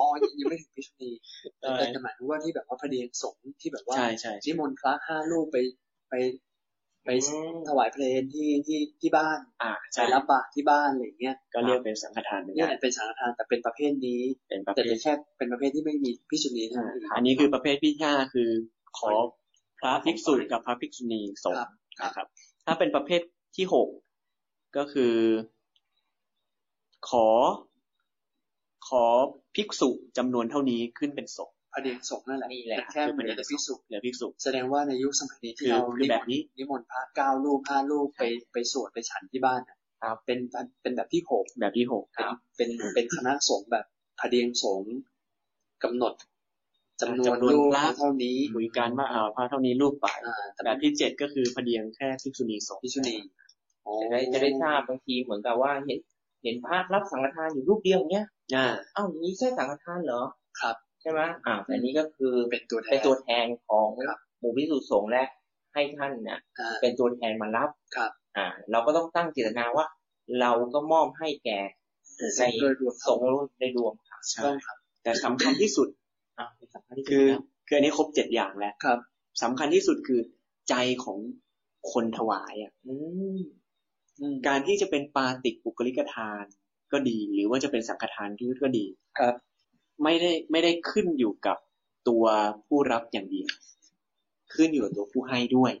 อ๋อยังไม่ถึงพิสุณีแต่
ใช่
แต่หมายถึงว่าที่แบบว่าพระเดียงสงฆ์ที่แบบว่า
ใช่ใช่
นิมนต์พระห้ารูปไปไปไป
อืม
ถวายเพลงที่ที่ที่บ้าน
อ่า
ไป
ใช่
รับบาตรที่บ้านอะไรอย่างเงี้ย
ก็เรียกเป็นสังฆทานเหมือน
เนี่
กั
ย
น
เป็นสังฆทานแต่เป็นประเภทนี้
เป็นประเภ
แต่
ท
เป็นแค่เป็นประเภทที่ไม่มีพิสุนีเท่านั้นเง
อันนี้คือประเภทที่ห้าคือขอพระภิกษุกับพระภิกษุณีสง
ครั
ฆ์
บครับ
นะครับ ถ้าเป็นประเภทที่หกก็คือ ขอ ขอภิกษุจำนวนเท่านี้ขึ้นเป็นสงฆ์
พระเดียงสงฆ์นั่นแหละ
นี่แหละ
แต่แค่เหมือนกับพิสุ
เหลือภิกษุ
แสดงว่าในยุคสมัยนี้
คื
ที่
อ
เรา
คือแบบนี้
นิมนต์พระเก้ารูปห้ารูปไปไปสวดไปฉันที่บ้านน่ะ
ครับ
เป็นแบบเป็นแบบที่หก
แบบที่หก
เป็นเป็นเป็นคณะสงฆ์แบบพระเดียงสงฆ์กำหนดจำนวนรูปเท่านี้
คุยกันว่าเอาพระเท่านี้รูปไป
อ่าแต่
แบบที่เจ็ดก็คือพระเดียงแค่ภิกษุณีสงฆ์
พิสุนี
จะได้จะได้ทราบบางทีเหมือนกับว่าเห็น เห็นพระรับสังฆทานอยู่รูปเดียวเนี้ย
อ่า
เอ้าอย่างนี้ใช่สังฆทานเหรอ
ครับ
ใช่ไหมอ่าอันนี้ก็คือ
เป็นตัวแทน
เป็นตัวแทนของ
ครับ
หมู่พิสุสงฆ์และให้ท่านเนี่ย
อ่า
เป็นตัวแทนมารับ
ครับ
อ่า เราก็ต้องตั้งเจตนาว่า เราก็มอบให้แก่ใน
โดยรวม
สงฆ์ในรวมครับ
ใช่
แต่สำคัญที่สุด
อ่าเป็นสำคัญที่สุด
คือ
นะ
คืออันนี้ครบเจ็ดอย่างแล้ว
ครับ
สำคัญที่สุดคือใจของคนถวายอ่ะ
อืม
อืม
การที่จะเป็นปาติกบุคลิกทานก็ดี หรือว่าจะเป็นสังฆทานที่ก็ดี
ครับ
ไม่ได้ไม่ได้ขึ้นอยู่กับตัวผู้รับอย่างเดียว ขึ้นอยู่กับตัวผู้ให้ด้วย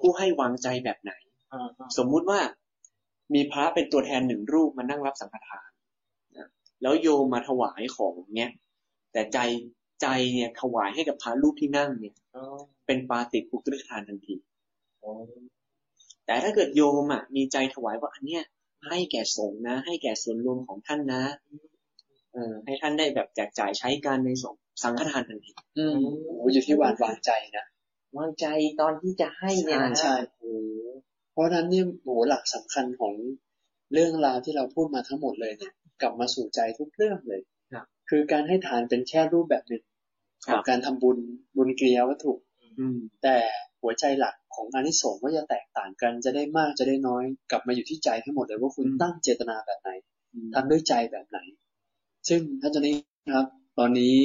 ผู้ให้วางใจแบบไหน
อ่าอ่า
สมมุติว่ามีพระเป็นตัวแทนหนึ่งรูปมานั่งรับสังฆทานนะแล้วโยมมาถวายของเนี้ยแต่ใจใจเนี่ยถวายให้กับพระรูปที่นั่งเนี่ย
อ๋อ
เป็นปาติปุกฤทานทันที
อ๋อ
แต่ถ้าเกิดโยมอ่ะมีใจถวายว่าอันเนี้ยให้แก่สงฆ์นะ ให้แก่ส่วนรวมของท่านนะเออให้ท่านได้แบบแจกจ่ายใช้การในสงฆ์สังฆทานทันที
อืมโอ้อยู่ที่วางวางใจนะ
วางใจตอนที่จะให้เนี่ยนะ
ใช่
โอ้โห
เพราะฉะนั้นเนี่ยโหหลักสำคัญของเรื่องราวที่เราพูดมาทั้งหมดเลยเนี่ย กลับมาสู่ใจทุกเรื่องเลย
ครับ
คือการให้ทานเป็นแค่รูปแบบหนึ่ง
ค
ข
รับ
องการทำบุญบุญกิริยาวัตถุ
อืม
แต่หัวใจหลักของอานิสงส์ก็จะแตกต่างกันจะได้มากจะได้น้อย กลับมาอยู่ที่ใจทั้งหมดเลยว่าคุณ
อืม
ตั้งเจตนาแบบไหน
อืม
ทำด้วยใจแบบไหน ซึ่งท่านเจานี้ครับ ตอนนี้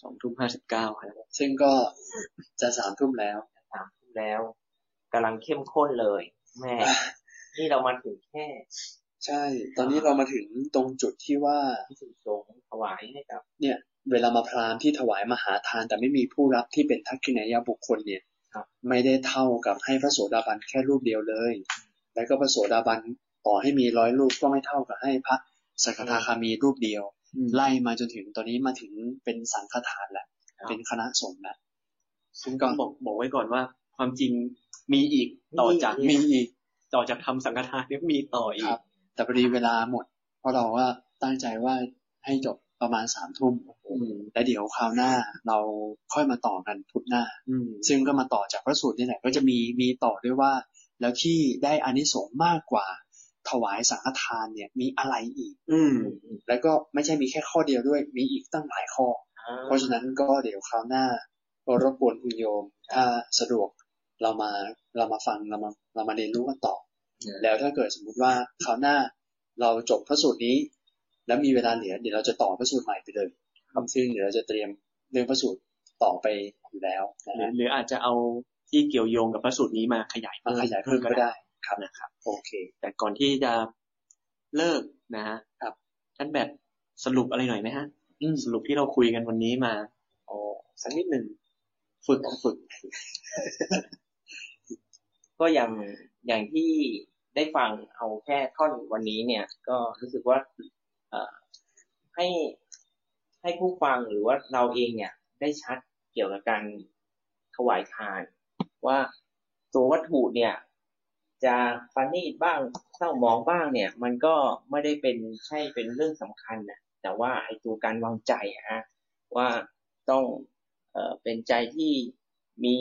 สองทุ่มห้าสิบเก้าครับ
ซึ่งก็จะสามทุ่มแล้ว
สามทุ่มแล้วกำลังเข้มข้นเลย แม่นี่เรามาถึงแค่
ใช่ ตอนนี้เรามาถึงตรงจุดที่ว่า
พิสุสงฆ์ถวายให้กับ
เนี่ยเวลามาพราหมณ์ที่ถวายมหาทาน แต่ไม่มีผู้รับที่เป็นทักขิณายบุคคลเนี่ย
ครับ
ไม่ได้เท่ากับให้พระโสดาบันแค่รูปเดียวเลย แล้วก็พระโสดาบันต่อให้มีร้อยรูปก็ไม่เท่ากับให้พระสักทาคามีรูปเดียว
อืม
ไล่มาจนถึงตอนนี้มาถึงเป็นสังฆทานแล้วเป็นคณะสงฆ์แล้วซึ่งก็
บอกบอกไว้ก่อนว่า ความจริงมีอีกต่อจาก
มีอีก
ต่อจากทำสังฆทานเนี่ยมีต่ออี
ค
ก
รับ แต่พอดีเวลาหมด เพราะเราว่าตั้งใจว่าให้จบประมาณสามทุ่ม
อืม
แล้วเดี๋ยวคราวหน้าเราค่อยมาต่อกันพุธหน้า
อืม
ซึ่งก็มาต่อจากพระสูตรนี่แหละก็จะมีมีต่อด้วยว่า แล้วที่ได้อานิสงส์มากกว่า ถวายสังฆทานเนี่ยมีอะไรอีก
อืม
แล้วก็ไม่ใช่มีแค่ข้อเดียวด้วยมีอีกตั้งหลายข้อ
อ่า
เพราะฉะนั้นก็เดี๋ยวคราวหน้าก็รบกวนคุณโยม ถ้าสะดวกเรามาเรามาฟังเรามาเรามาเรียนรู้กันต่อ
ครับ
แล้วถ้าเกิดสมมุติว่าคราวหน้าเราจบพระสูตรนี้ แล้วมีเวลาเหลือเดี๋ยวเราจะต่อพระสูตรใหม่ไปเลยซึ่งเดี๋ยวเราจะเตรียมเรื่องพระสูตรต่อไปอยู่แล้วนะ
หรือ
ฮะ
หรืออาจจะเอาที่เกี่ยวโยงกับพระสูตรนี้มาขยาย
มา
เพิ่ม
ขยายเพิ่มก็ได้ครับ
นะครับ
โอเค
แต่ก่อนที่จะเลิกนะฮะ
ครับ
ท่านแบบสรุปอะไรหน่อยไหมฮะ
อืม
สรุปที่เราคุยกันวันนี้มาโอ้สักนิดหนึ่งฝึกฝึก
ก็อย่างอย่างที่ได้ฟังเอาแค่ท่อนวันนี้เนี่ย ก็รู้สึกว่าเอ่อให้ให้ผู้ฟังหรือว่าเราเองเนี่ย ได้ชัดเกี่ยวกับการถวายทาน ว่าตัววัตถุเนี่ย จะฟันนีดบ้างเศร้าหมองบ้างเนี่ย มันก็ไม่ได้เป็นใช่เป็นเรื่องสำคัญนะแต่ว่าไอ้ตัวการวางใจอะฮะว่าต้อง เอ่อเป็นใจที่มี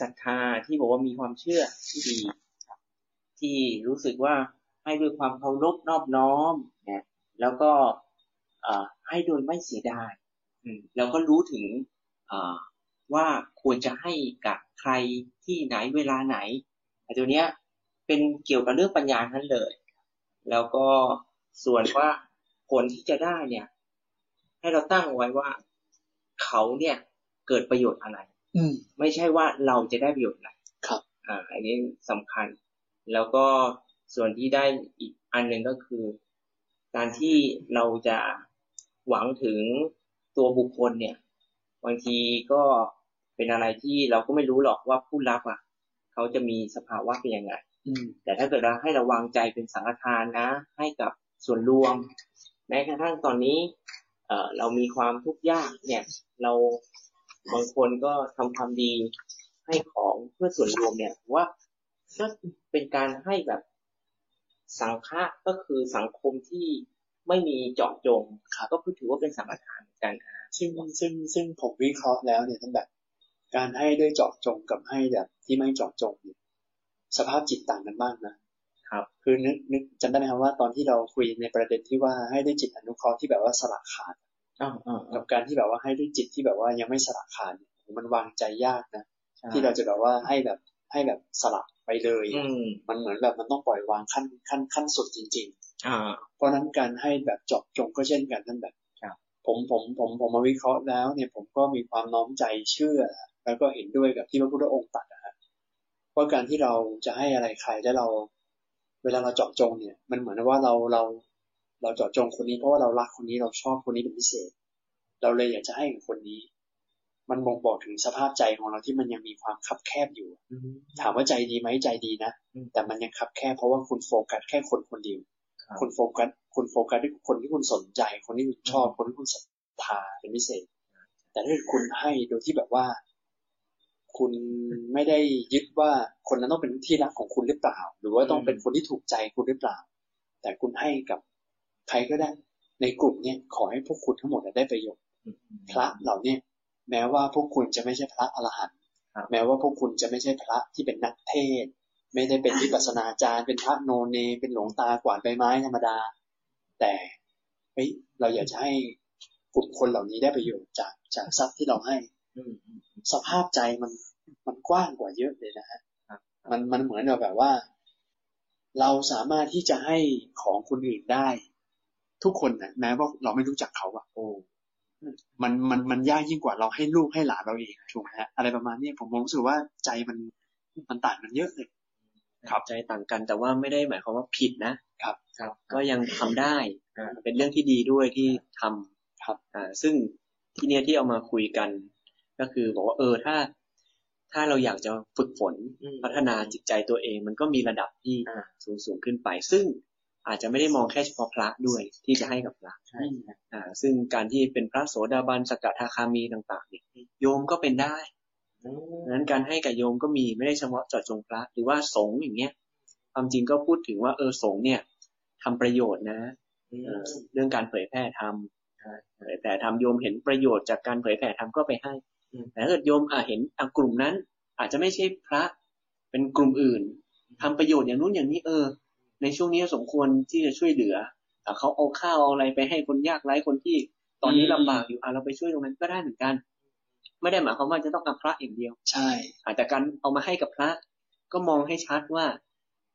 ศรัทธาที่บอกว่ามีความเชื่อที่ดีครับที่รู้สึกว่าให้ด้วยความเคารพนอบน้อมนะแล้วก็เอ่อให้โดยไม่เสียดายอืมแล้วก็รู้ถึงเอ่อว่าควรจะให้กับใครที่ไหนเวลาไหนไอ้ตัวเนี้ยเป็นเกี่ยวกับเรื่องปัญญาทั้งนั้นเลย แล้วก็ส่วนว่าผลที่จะได้เนี่ย ให้เราตั้งไว้ว่าเขาเนี่ย เกิดประโยชน์อะไร
อืม
ไม่ใช่ว่าเราจะได้ประโยชน์อะไร
ครับ
อ่า อันนี้สำคัญ แล้วก็ส่วนที่ได้อีกอันหนึ่งก็คือ การที่เราจะหวังถึงตัวบุคคลเนี่ย บางทีก็เป็นอะไรที่เราก็ไม่รู้หรอกว่าผู้รับอ่ะ เขาจะมีสภาวะเป็นยังไง
อืม
แต่ถ้าเกิดเราให้ระวังใจเป็นสังฆทานนะ ให้กับส่วนรวม แม้กระทั่งตอนนี้เอ่อเรามีความทุกข์ยากเนี่ย เราบางคนก็ทำความดีให้ของเพื่อส่วนรวมเนี่ยผมว่าก็เป็นการให้แบบสังฆะก็คือสังคมที่ไม่มีเจาะจง
ครับ
ก็คือถือว่าเป็นสังฆทานเหมือนกันนะ
ซึ่งซึ่งซึ่งผมวิเคราะห์แล้วเนี่ยท่านแบบ การให้ด้วยเจาะจงกับให้แบบที่ไม่เจาะจงเนี่ยสภาพจิตต่างกันมากนะครับ คือนึกนึกจำได้ไหมครับว่าตอนที่เราคุยในประเด็นที่ว่าให้ด้วยจิตอนุเคราะห์ที่แบบว่าสละขาด
อ้าวอ้าวอ้า
กับ
ว
การที่แบบว่าให้ด้วยจิตที่แบบว่ายังไม่สละขาดเนี่ยมันวางใจยากนะ
ใช่
ที่เราจะแบบว่าให้แบบให้แบบสละไปเลย
อืม
มันเหมือนแบบมันต้องปล่อยวางขั้นขั้นขั้นสุดจริง
อ่า
ๆ เพราะฉะนั้นการให้แบบเจาะจงก็เช่นกันนั่นแบบ
ครับ
ผมผมผมผมมาวิเคราะห์แล้ว เนี่ยผมก็มีความน้อมใจเชื่อ แล้วก็เห็นด้วยกับที่พระพุทธองค์ตรัสนะฮะว่าการที่เราจะให้อะไรใครแล้วเรา เวลาเราเจาะจงเนี่ย มันเหมือนว่าเราเรา เราเจาะจงคนนี้เพราะว่าเรารักคนนี้เราชอบคนนี้เป็นพิเศษ เราเลยอยากจะให้กับคนนี้ มันบ่งบอกถึงสภาพใจของเราที่มันยังมีความคับแคบอยู่
อืม
ถามว่าใจดีไหมใจดีนะ
อืม
แต่มันยังคับแค่เพราะว่าคุณโฟกัสแค่คนคนเดียว
ครับ
คุณโฟกัสคุณโฟกัสที่คนที่คุณสนใจ คนที่คุณชอบ คนที่คุณศรัทธาเป็นพิเศษ แต่ถ้าคุณให้โดยที่แบบว่า คุณไม่ได้ยึดว่าคนนั้นต้องเป็นที่รักของคุณหรือเปล่า หรือว่าต้องเป็นคนที่ถูกใจคุณหรือเปล่า แต่คุณให้กับใครก็ได้ ในกลุ่มเนี่ยขอให้พวกคุณทั้งหมดได้ประโยชน์
อืม
พระเหล่าเนี่ยแม้ว่าพวกคุณจะไม่ใช่พระอรหันต์
ครับ
แม้ว่าพวกคุณจะไม่ใช่พระที่เป็นนักเทศน์ไม่ได้เป็นวิปัสสนาจารย์ เป็นพระโนเนเป็นหลวงตากวาดใบไม้ธรรมดา แต่เฮ้ยเราอยากจะให้กลุ่มคนเหล่านี้ได้ประโยชน์จากจากทรัพย์ที่เราให้
อืมอืม
สภาพใจมันมันกว้างกว่าเยอะเลยนะฮะ
ครับ
มันมันเหมือนกับแบบว่า เราสามารถที่จะให้ของคนอื่นได้ ทุกคนนะแม้ว่าเราไม่รู้จักเขาอะโอ้มันมันมันยากยิ่งกว่าเราให้ลูกให้หลานเราเองถูกไหมฮะอะไรประมาณเนี้ยผมรู้สึกว่าใจมันมันต่างกันเยอะเลย
ครับใจต่างกันแต่ว่าไม่ได้หมายความว่าผิดนะครับ
ครับ
ก็ยังทำได้
อ่า
เป็นเรื่องที่ดีด้วยที่ทำ
ครับ
อ่าซึ่งที่เนี้ยที่เอามาคุยกัน ก็คือบอกว่าเออถ้า ถ้าเราอยากจะฝึกฝน
อืม
พัฒนาจิตใจตัวเอง มันก็มีระดับที่
อ่า
สูงสูงขึ้นไป ซึ่งอาจจะไม่ได้มองแค่เฉพาะพระด้วยที่จะให้กับพระ
ใช่ครับ
อ่าซึ่งการที่เป็นพระโสดาบันสกทาคามีต่างๆเนี่ยโยมก็เป็นได้ดังนั้นการให้กับโยมก็มีไม่ได้เฉพาะเจาะจงพระหรือว่าสงฆ์อย่างเงี้ยความจริงก็พูดถึงว่าเออสงฆ์เนี่ยทำประโยชน์นะเออเรื่องการเผยแผ่ธรรม
ใช่
เผยแผ่ธรรมโยมเห็นประโยชน์จากการเผยแผ่ธรรมก็ไปให้
อืม
แต่ถ้าเกิดโยมอ่ะเห็นอ่ะกลุ่มนั้น อาจจะไม่ใช่พระเป็นกลุ่มอื่นทำประโยชน์อย่างนู้นอย่างนี้เออ ในช่วงนี้สมควรที่จะช่วยเหลือ อ่ะเขาเอาข้าวเอาอะไรไปให้คนยากไร้คนที่ตอนนี้
อืม
ลำบากอยู่อ่ะเราไปช่วยตรงนั้นก็ได้เหมือนกัน ไม่ได้หมายความว่าจะต้องกับพระอย่างเดียว
ใช่
อาจจะแต่การเอามาให้กับพระ ก็มองให้ชัดว่า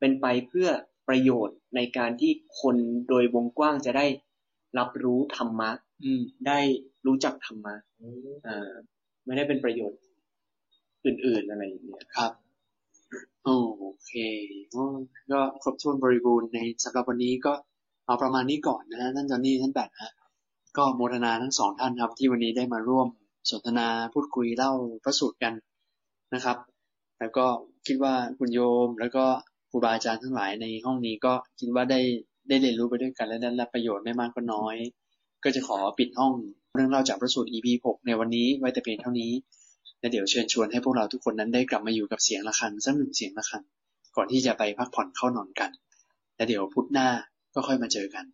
เป็นไปเพื่อประโยชน์ในการที่คนโดยวงกว้างจะได้รับรู้ธรรมะ
อืม
ได้รู้จักธรรมะอ่าไม่ได้เป็นประโยชน์อื่นๆอะไรอย่างเงี้ย
ครับ โอเคก็ก็ครบถ้วนบริบูรณ์ในสำหรับวันนี้ก็เอาประมาณนี้ก่อนนะฮะท่านจอห์นนี่ท่านแบทฮะก็โมทนาทั้งสองท่านครับ ที่วันนี้ได้มาร่วมสนทนาพูดคุยเล่าพระสูตรกันนะครับ แล้วก็คิดว่าคุณโยม แล้วก็ครูบาอาจารย์ทั้งหลายในห้องนี้ก็คิดว่าได้ได้เรียนรู้ไปด้วยกันและได้รับประโยชน์ไม่มากก็น้อย ก็จะขอปิดห้องเรื่องเล่าจากพระสูตร EP 6ในวันนี้ไว้แต่เพียงเท่านี้ และเดี๋ยวเชิญชวนให้พวกเราทุกคนนั้นได้กลับมาอยู่กับเสียงะระฆังสักหนึ่งเสียงะระฆัง ก่อนที่จะไปพักผ่อนเข้านอนกัน และเดี๋ยวพุธหน้าก็ค่อยมาเจอกัน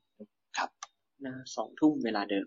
นะสองทุ่มเวลาเดิม